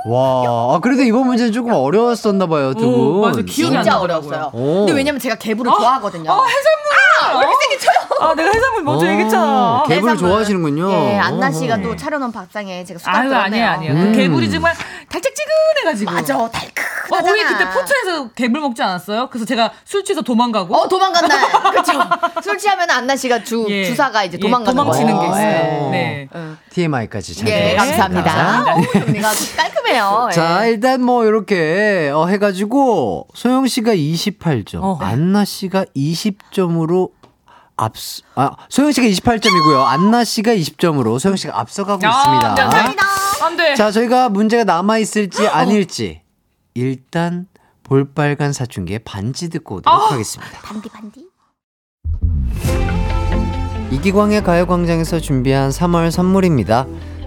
와, 아, 그래도 이번 문제는 조금 어려웠었나 봐요, 두 분. 진짜 어려웠어요. 오. 근데 왜냐면 제가 개불을 아, 좋아하거든요. 아, 해산물! 아, 왜 이렇게 생긴 쳐요? 아, 내가 해산물 먼저 아, 얘기했잖아. 개불 해산물. 좋아하시는군요. 예, 안나 씨가 어허. 또 차려놓은 밥상에 제가 수다 아유 떨었네요. 아니야 아니야. 음. 개불이 정말 달짝지근해가지고. 맞아, 달큰하잖아. 우리 어, 그때 포트에서 개불 먹지 않았어요? 그래서 제가 술 취해서 도망가고. 어 도망간 날 그렇죠. 술 취하면 안나 씨가 그 주 예. 주사가 이제 예, 도망가는 도망치는 거예요. 게 있어요. 어. 네. TMI까지 잘 예, 들었습니다. 감사합니다. 어우, 언니가 아주 깔끔해요. 예. 네. 자, 일단 뭐, 이렇게, 어, 해가지고, 소영 씨가 28점, 어. 안나 씨가 20점으로 앞서, 아, 소영 씨가 28점이고요. 안나 씨가 20점으로 소영 씨가 아, 앞서가고 있습니다. 안 돼. 아, 자, 저희가 문제가 남아있을지 아닐지, 일단, 볼빨간 사춘기의 반지 듣고 오도록 아. 하겠습니다. 반디 반디. 이기광의 가요광장에서 준비한 3월 선물입니다.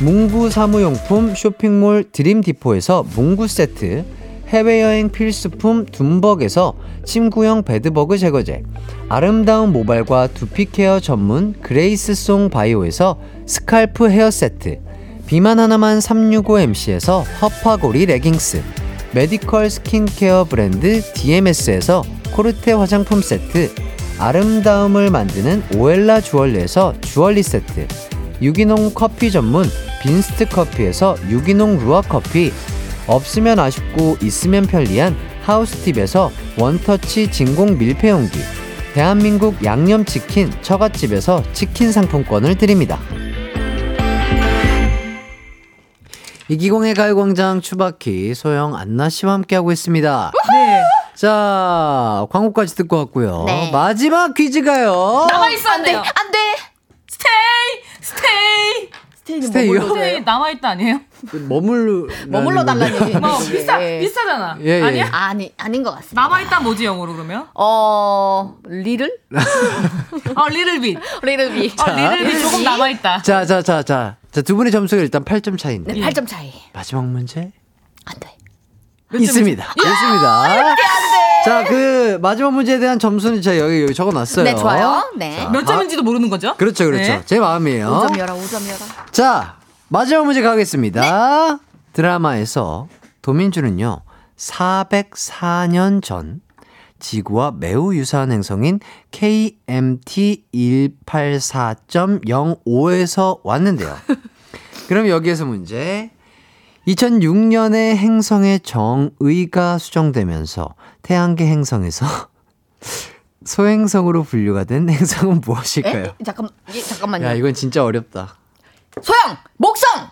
문구 사무용품 쇼핑몰 드림디포에서 문구 세트, 해외여행 필수품 둠벅에서 침구형 베드버그 제거제, 아름다운 모발과 두피 케어 전문 그레이스송 바이오에서 스칼프 헤어 세트, 비만 하나만 365MC에서 허파고리 레깅스, 메디컬 스킨케어 브랜드 DMS에서 코르테 화장품 세트, 아름다움을 만드는 오엘라 주얼리에서 주얼리 세트, 유기농 커피 전문 빈스트 커피에서 유기농 루아 커피 없으면 아쉽고 있으면 편리한 하우스팁에서 원터치 진공 밀폐용기 대한민국 양념치킨 처갓집에서 치킨 상품권을 드립니다 이기공의 가요광장 추바키 소영 안나씨와 함께하고 있습니다 네. 자 광고까지 듣고 왔고요 네. 어, 마지막 퀴즈가요 안돼 안돼 스테이. 스테이는 네, 스테이요? 머물러 스테이 남아있다 아니에요? 머물러 머물러 네, 달라는 얘기. 뭐 예. 비싸 비싸잖아. 예, 예. 아니야? 아니 아닌 것 같습니다. 남아있다 뭐지 영어로 그러면? 어 리를? 어 리를비. 리를비. 어 리를비 조금 남아있다. 자, 자, 자, 자. 자, 두 분의 점수가 일단 8점 차이인데. 네, 8점 차이. 마지막 문제? 안 돼. 있습니다. 있습니다. 자, 그 마지막 문제에 대한 점수는 제가 여기, 여기 적어 놨어요. 네 좋아요. 네. 몇 점인지도 모르는 거죠? 그렇죠, 그렇죠. 네. 제 마음이에요. 5점이어라 5점이어라. 자, 마지막 문제 네. 가겠습니다. 드라마에서 도민주는요, 404년 전 지구와 매우 유사한 행성인 KMT 184.05에서 왔는데요. 그럼 여기에서 문제. 2006년에 행성의 정의가 수정되면서 태양계 행성에서 소행성으로 분류가 된 행성은 무엇일까요? 에? 잠깐 예, 잠깐만요. 야, 이건 진짜 어렵다. 소형 목성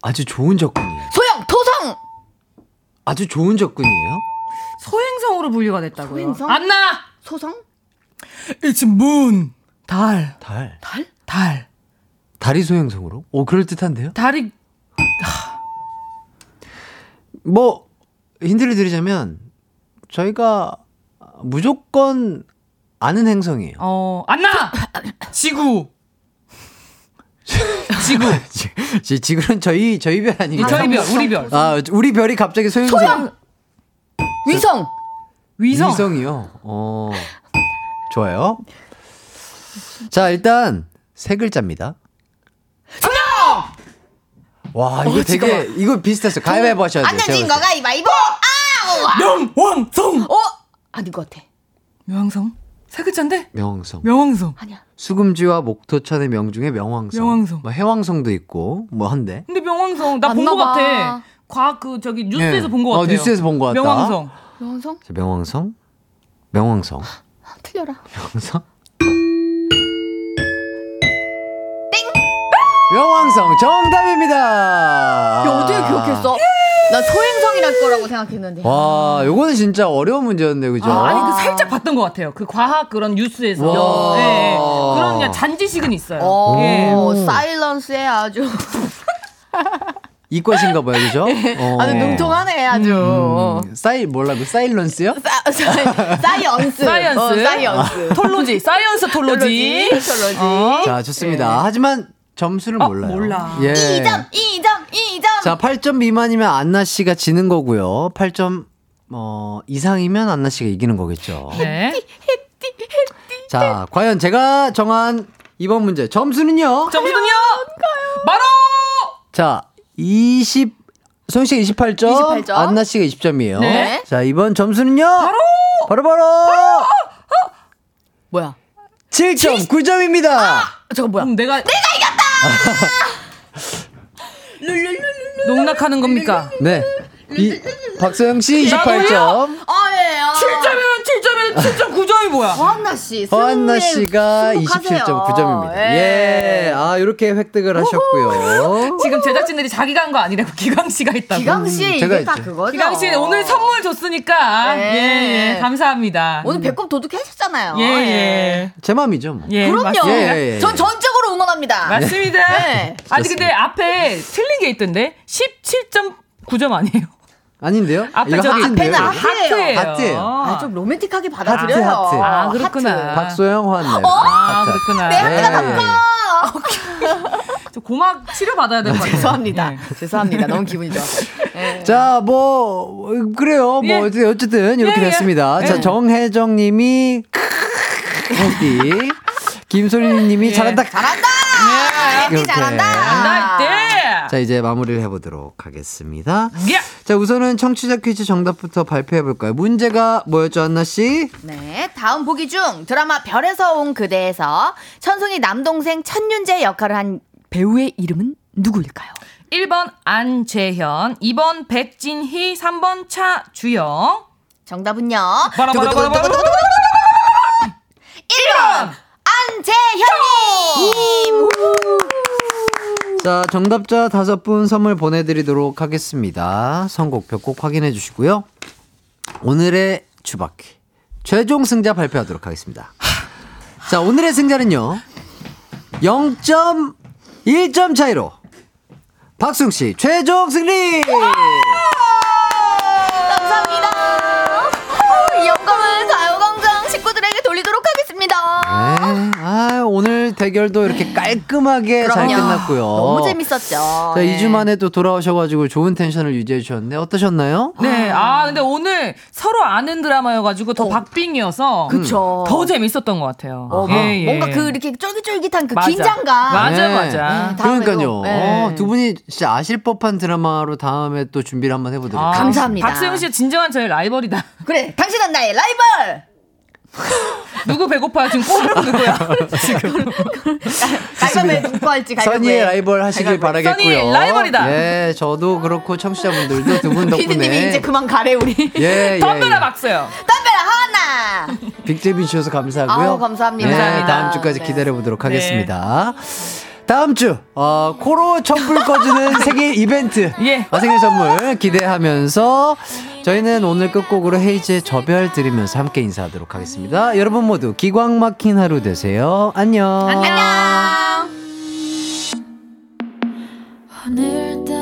아주 좋은 접근이에요. 소형 토성 아주 좋은 접근이에요. 소행성으로 분류가 됐다고요. 소행성? 안나 소성 It's moon. 달. 달. 달? 달. 다리 소형성으로? 오, 그럴듯한데요? 달이 뭐, 힌트를 드리자면, 저희가 무조건 아는 행성이에요. 어 안나 지구 지구 지- 지금은 저희, 저희 별 아니에요. 저희 별, 우리 별. 아, 우리 별이 갑자기 소형성. 소형 위성 위성. 위성이요. 어. 좋아요. 자, 일단, 세 글자입니다. 소형 와, 이거 어, 되게, 잠깐만. 이거 비슷했어요. 가위바위보 하셔야 돼요. 제가 안내진 봤을 때. 거가 이바이보 아 명왕성. 어 아닌 것 같아. 명왕성 세 글자인데 명왕성. 명왕성 아니야. 수금지와 목토천의 명 중에 명왕성. 명왕성. 뭐 해왕성도 있고, 뭐 한데. 근데 명왕성 나 본 맞나 거 봐. 같아 과학 그 저기 뉴스에서 예. 본 거 어, 같아요 뉴스에서 본것 같다. 명왕성 명성 아, 자, 명왕성. 명왕성. 틀려라. 명왕성. 명왕성 정답입니다. 야, 어떻게 기억했어? 나 예! 소행성이랄 거라고 생각했는데. 아. 와, 요거는 진짜 어려운 문제였는데 그죠? 아, 아니 그 살짝 봤던 것 같아요 그 과학 그런 뉴스에서 와. 예, 예. 그런 그냥 잔지식은 있어요 오, 예. 뭐, 사일런스에 아주. 이과신가 봐요, 그죠? 어. 네. 아주 어. 능통하네, 아주. 음, 사이 뭐라고? 사일런스요? 사, 사, 사이언스. 사이언스 어, 사이언스. 톨로지 사이언스 톨로지 톨로지. 자, 네. 좋습니다. 하지만 점수를 어, 몰라요. 몰라. 예. 2점, 2점, 2점. 자, 8점 미만이면 안나 씨가 지는 거고요. 8점 어, 이상이면 안나 씨가 이기는 거겠죠. 네. 자, 과연 제가 정한 이번 문제 점수는요? 점수는요 바로 자, 20 소영 씨가 28점, 28점. 안나 씨가 20점이에요. 네. 자, 이번 점수는요? 바로 바로 뭐야? 7점, 9점입니다. 저거 뭐야? 그럼 내가 내가 이겼다 농락하는 겁니까 네. 이 박소영 씨 나도요? 28점, 아, 예. 아. 7점이면 7점이면 7.9점이 뭐야 허한나 씨. 허한나 승리에 씨가 승복하세요. 27.9점입니다. 예. 아, 이렇게 획득을 하셨고요. 지금 제작진들이 자기가 한 거 아니라고 기광 씨가 했다고. 기강 씨 음, 이게 제가 다 있죠. 그거죠. 기광 씨 오늘 선물 줬으니까 네. 예, 예 감사합니다. 오늘 배꼽 도둑하셨잖아요. 예, 예. 제 맘이죠. 뭐. 예, 그럼요. 맞습니다. 예, 예, 예. 전 전적으로 응원합니다. 맞습니다. 네. 아니 근데 앞에 틀린 게 있던데 17.9점 아니에요? 아닌데요? 앞에 이거 저기 그 하트인데요, 앞에는 이거? 하트. 하트예요. 하트예요. 하트예요. 아, 좀 로맨틱하게 받아들여요. 하트, 하트. 아, 그렇구나. 박소영 화한나요. 아, 그렇구나. 내 예, 하트가 더 커. 저 고막 치료 받아야 될 것 같아요. 죄송합니다. 예. 죄송합니다. 너무 기분이 좋아. 자, 뭐, 어, 그래요. 뭐, 예. 어쨌든, 어쨌든 이렇게 예, 예. 됐습니다. 자, 예. 정혜정 님이, 해피. 김소린 님이 잘한다. 예. 잘한다. 예. 해피 이렇게. 아. 잘한다. 나 이때. 자, 이제 마무리를 해보도록 하겠습니다. 예. 자, 우선은 청취자 퀴즈 정답부터 발표해볼까요? 문제가 뭐였죠, 안나씨? 네, 다음 보기 중 드라마 별에서 온 그대에서 천송이 남동생 천윤재 역할을 한 배우의 이름은 누구일까요? 1번 안재현, 2번 백진희, 3번 차주영. 정답은요. 바라바라바라바라. 1번 안재현님. 자, 정답자 다섯 분 선물 보내드리도록 하겠습니다. 선곡표 꼭 확인해 주시고요. 오늘의 주바퀴. 최종 승자 발표하도록 하겠습니다. 자, 오늘의 승자는요. 0.1점 차이로 박승 씨 최종 승리! 감사합니다. 어, 음, 이 영광을 가요광장 식구들에게 돌리도록 하겠습니다. 네. 아, 오늘 대결도 이렇게 깔끔하게 잘 그럼요. 끝났고요. 어. 너무 재밌었죠. 자, 예. 네. 2주 만에 또 돌아오셔가지고 좋은 텐션을 유지해 주셨는데 어떠셨나요? 네, 아 근데 오늘 서로 아는 드라마여가지고 더 박빙이어서 그쵸. 더 재밌었던 것 같아요. 어, 예, 예. 뭔가 그 이렇게 쫄깃쫄깃한 그 맞아. 긴장감. 맞아, 맞아. 네, 다음에도. 그러니까요. 네. 어, 두 분이 진짜 아실 법한 드라마로 다음에 또 준비를 한번 해보도록 아, 하겠습니다. 박수영 씨 진정한 저의 라이벌이다. 그래, 당신은 나의 라이벌. 누구 배고파요? 지금 꼬르륵 누구야? 갈비에 누구 할지 갈비에. 선의의 라이벌 하시길 갈비에. 바라겠고요. 선의의 라이벌이다. 예, 저도 그렇고 청취자분들도 두 분 덕분에 피디님이 이제 그만 가래 우리. 예, 예, 예. 박수요. 덤벼라 하나. 빅제비 주셔서 감사하고요. 아우, 감사합니다. 네, 감사합니다. 다음 주까지 기다려 보도록 네. 하겠습니다. 다음 주 어, 코로 촛불 꺼주는 생일 이벤트 어, 생일 선물 기대하면서 저희는 오늘 끝곡으로 헤이즈의 저별 드리면서 함께 인사하도록 하겠습니다. 여러분 모두 기광 막힌 하루 되세요. 안녕. 오늘따라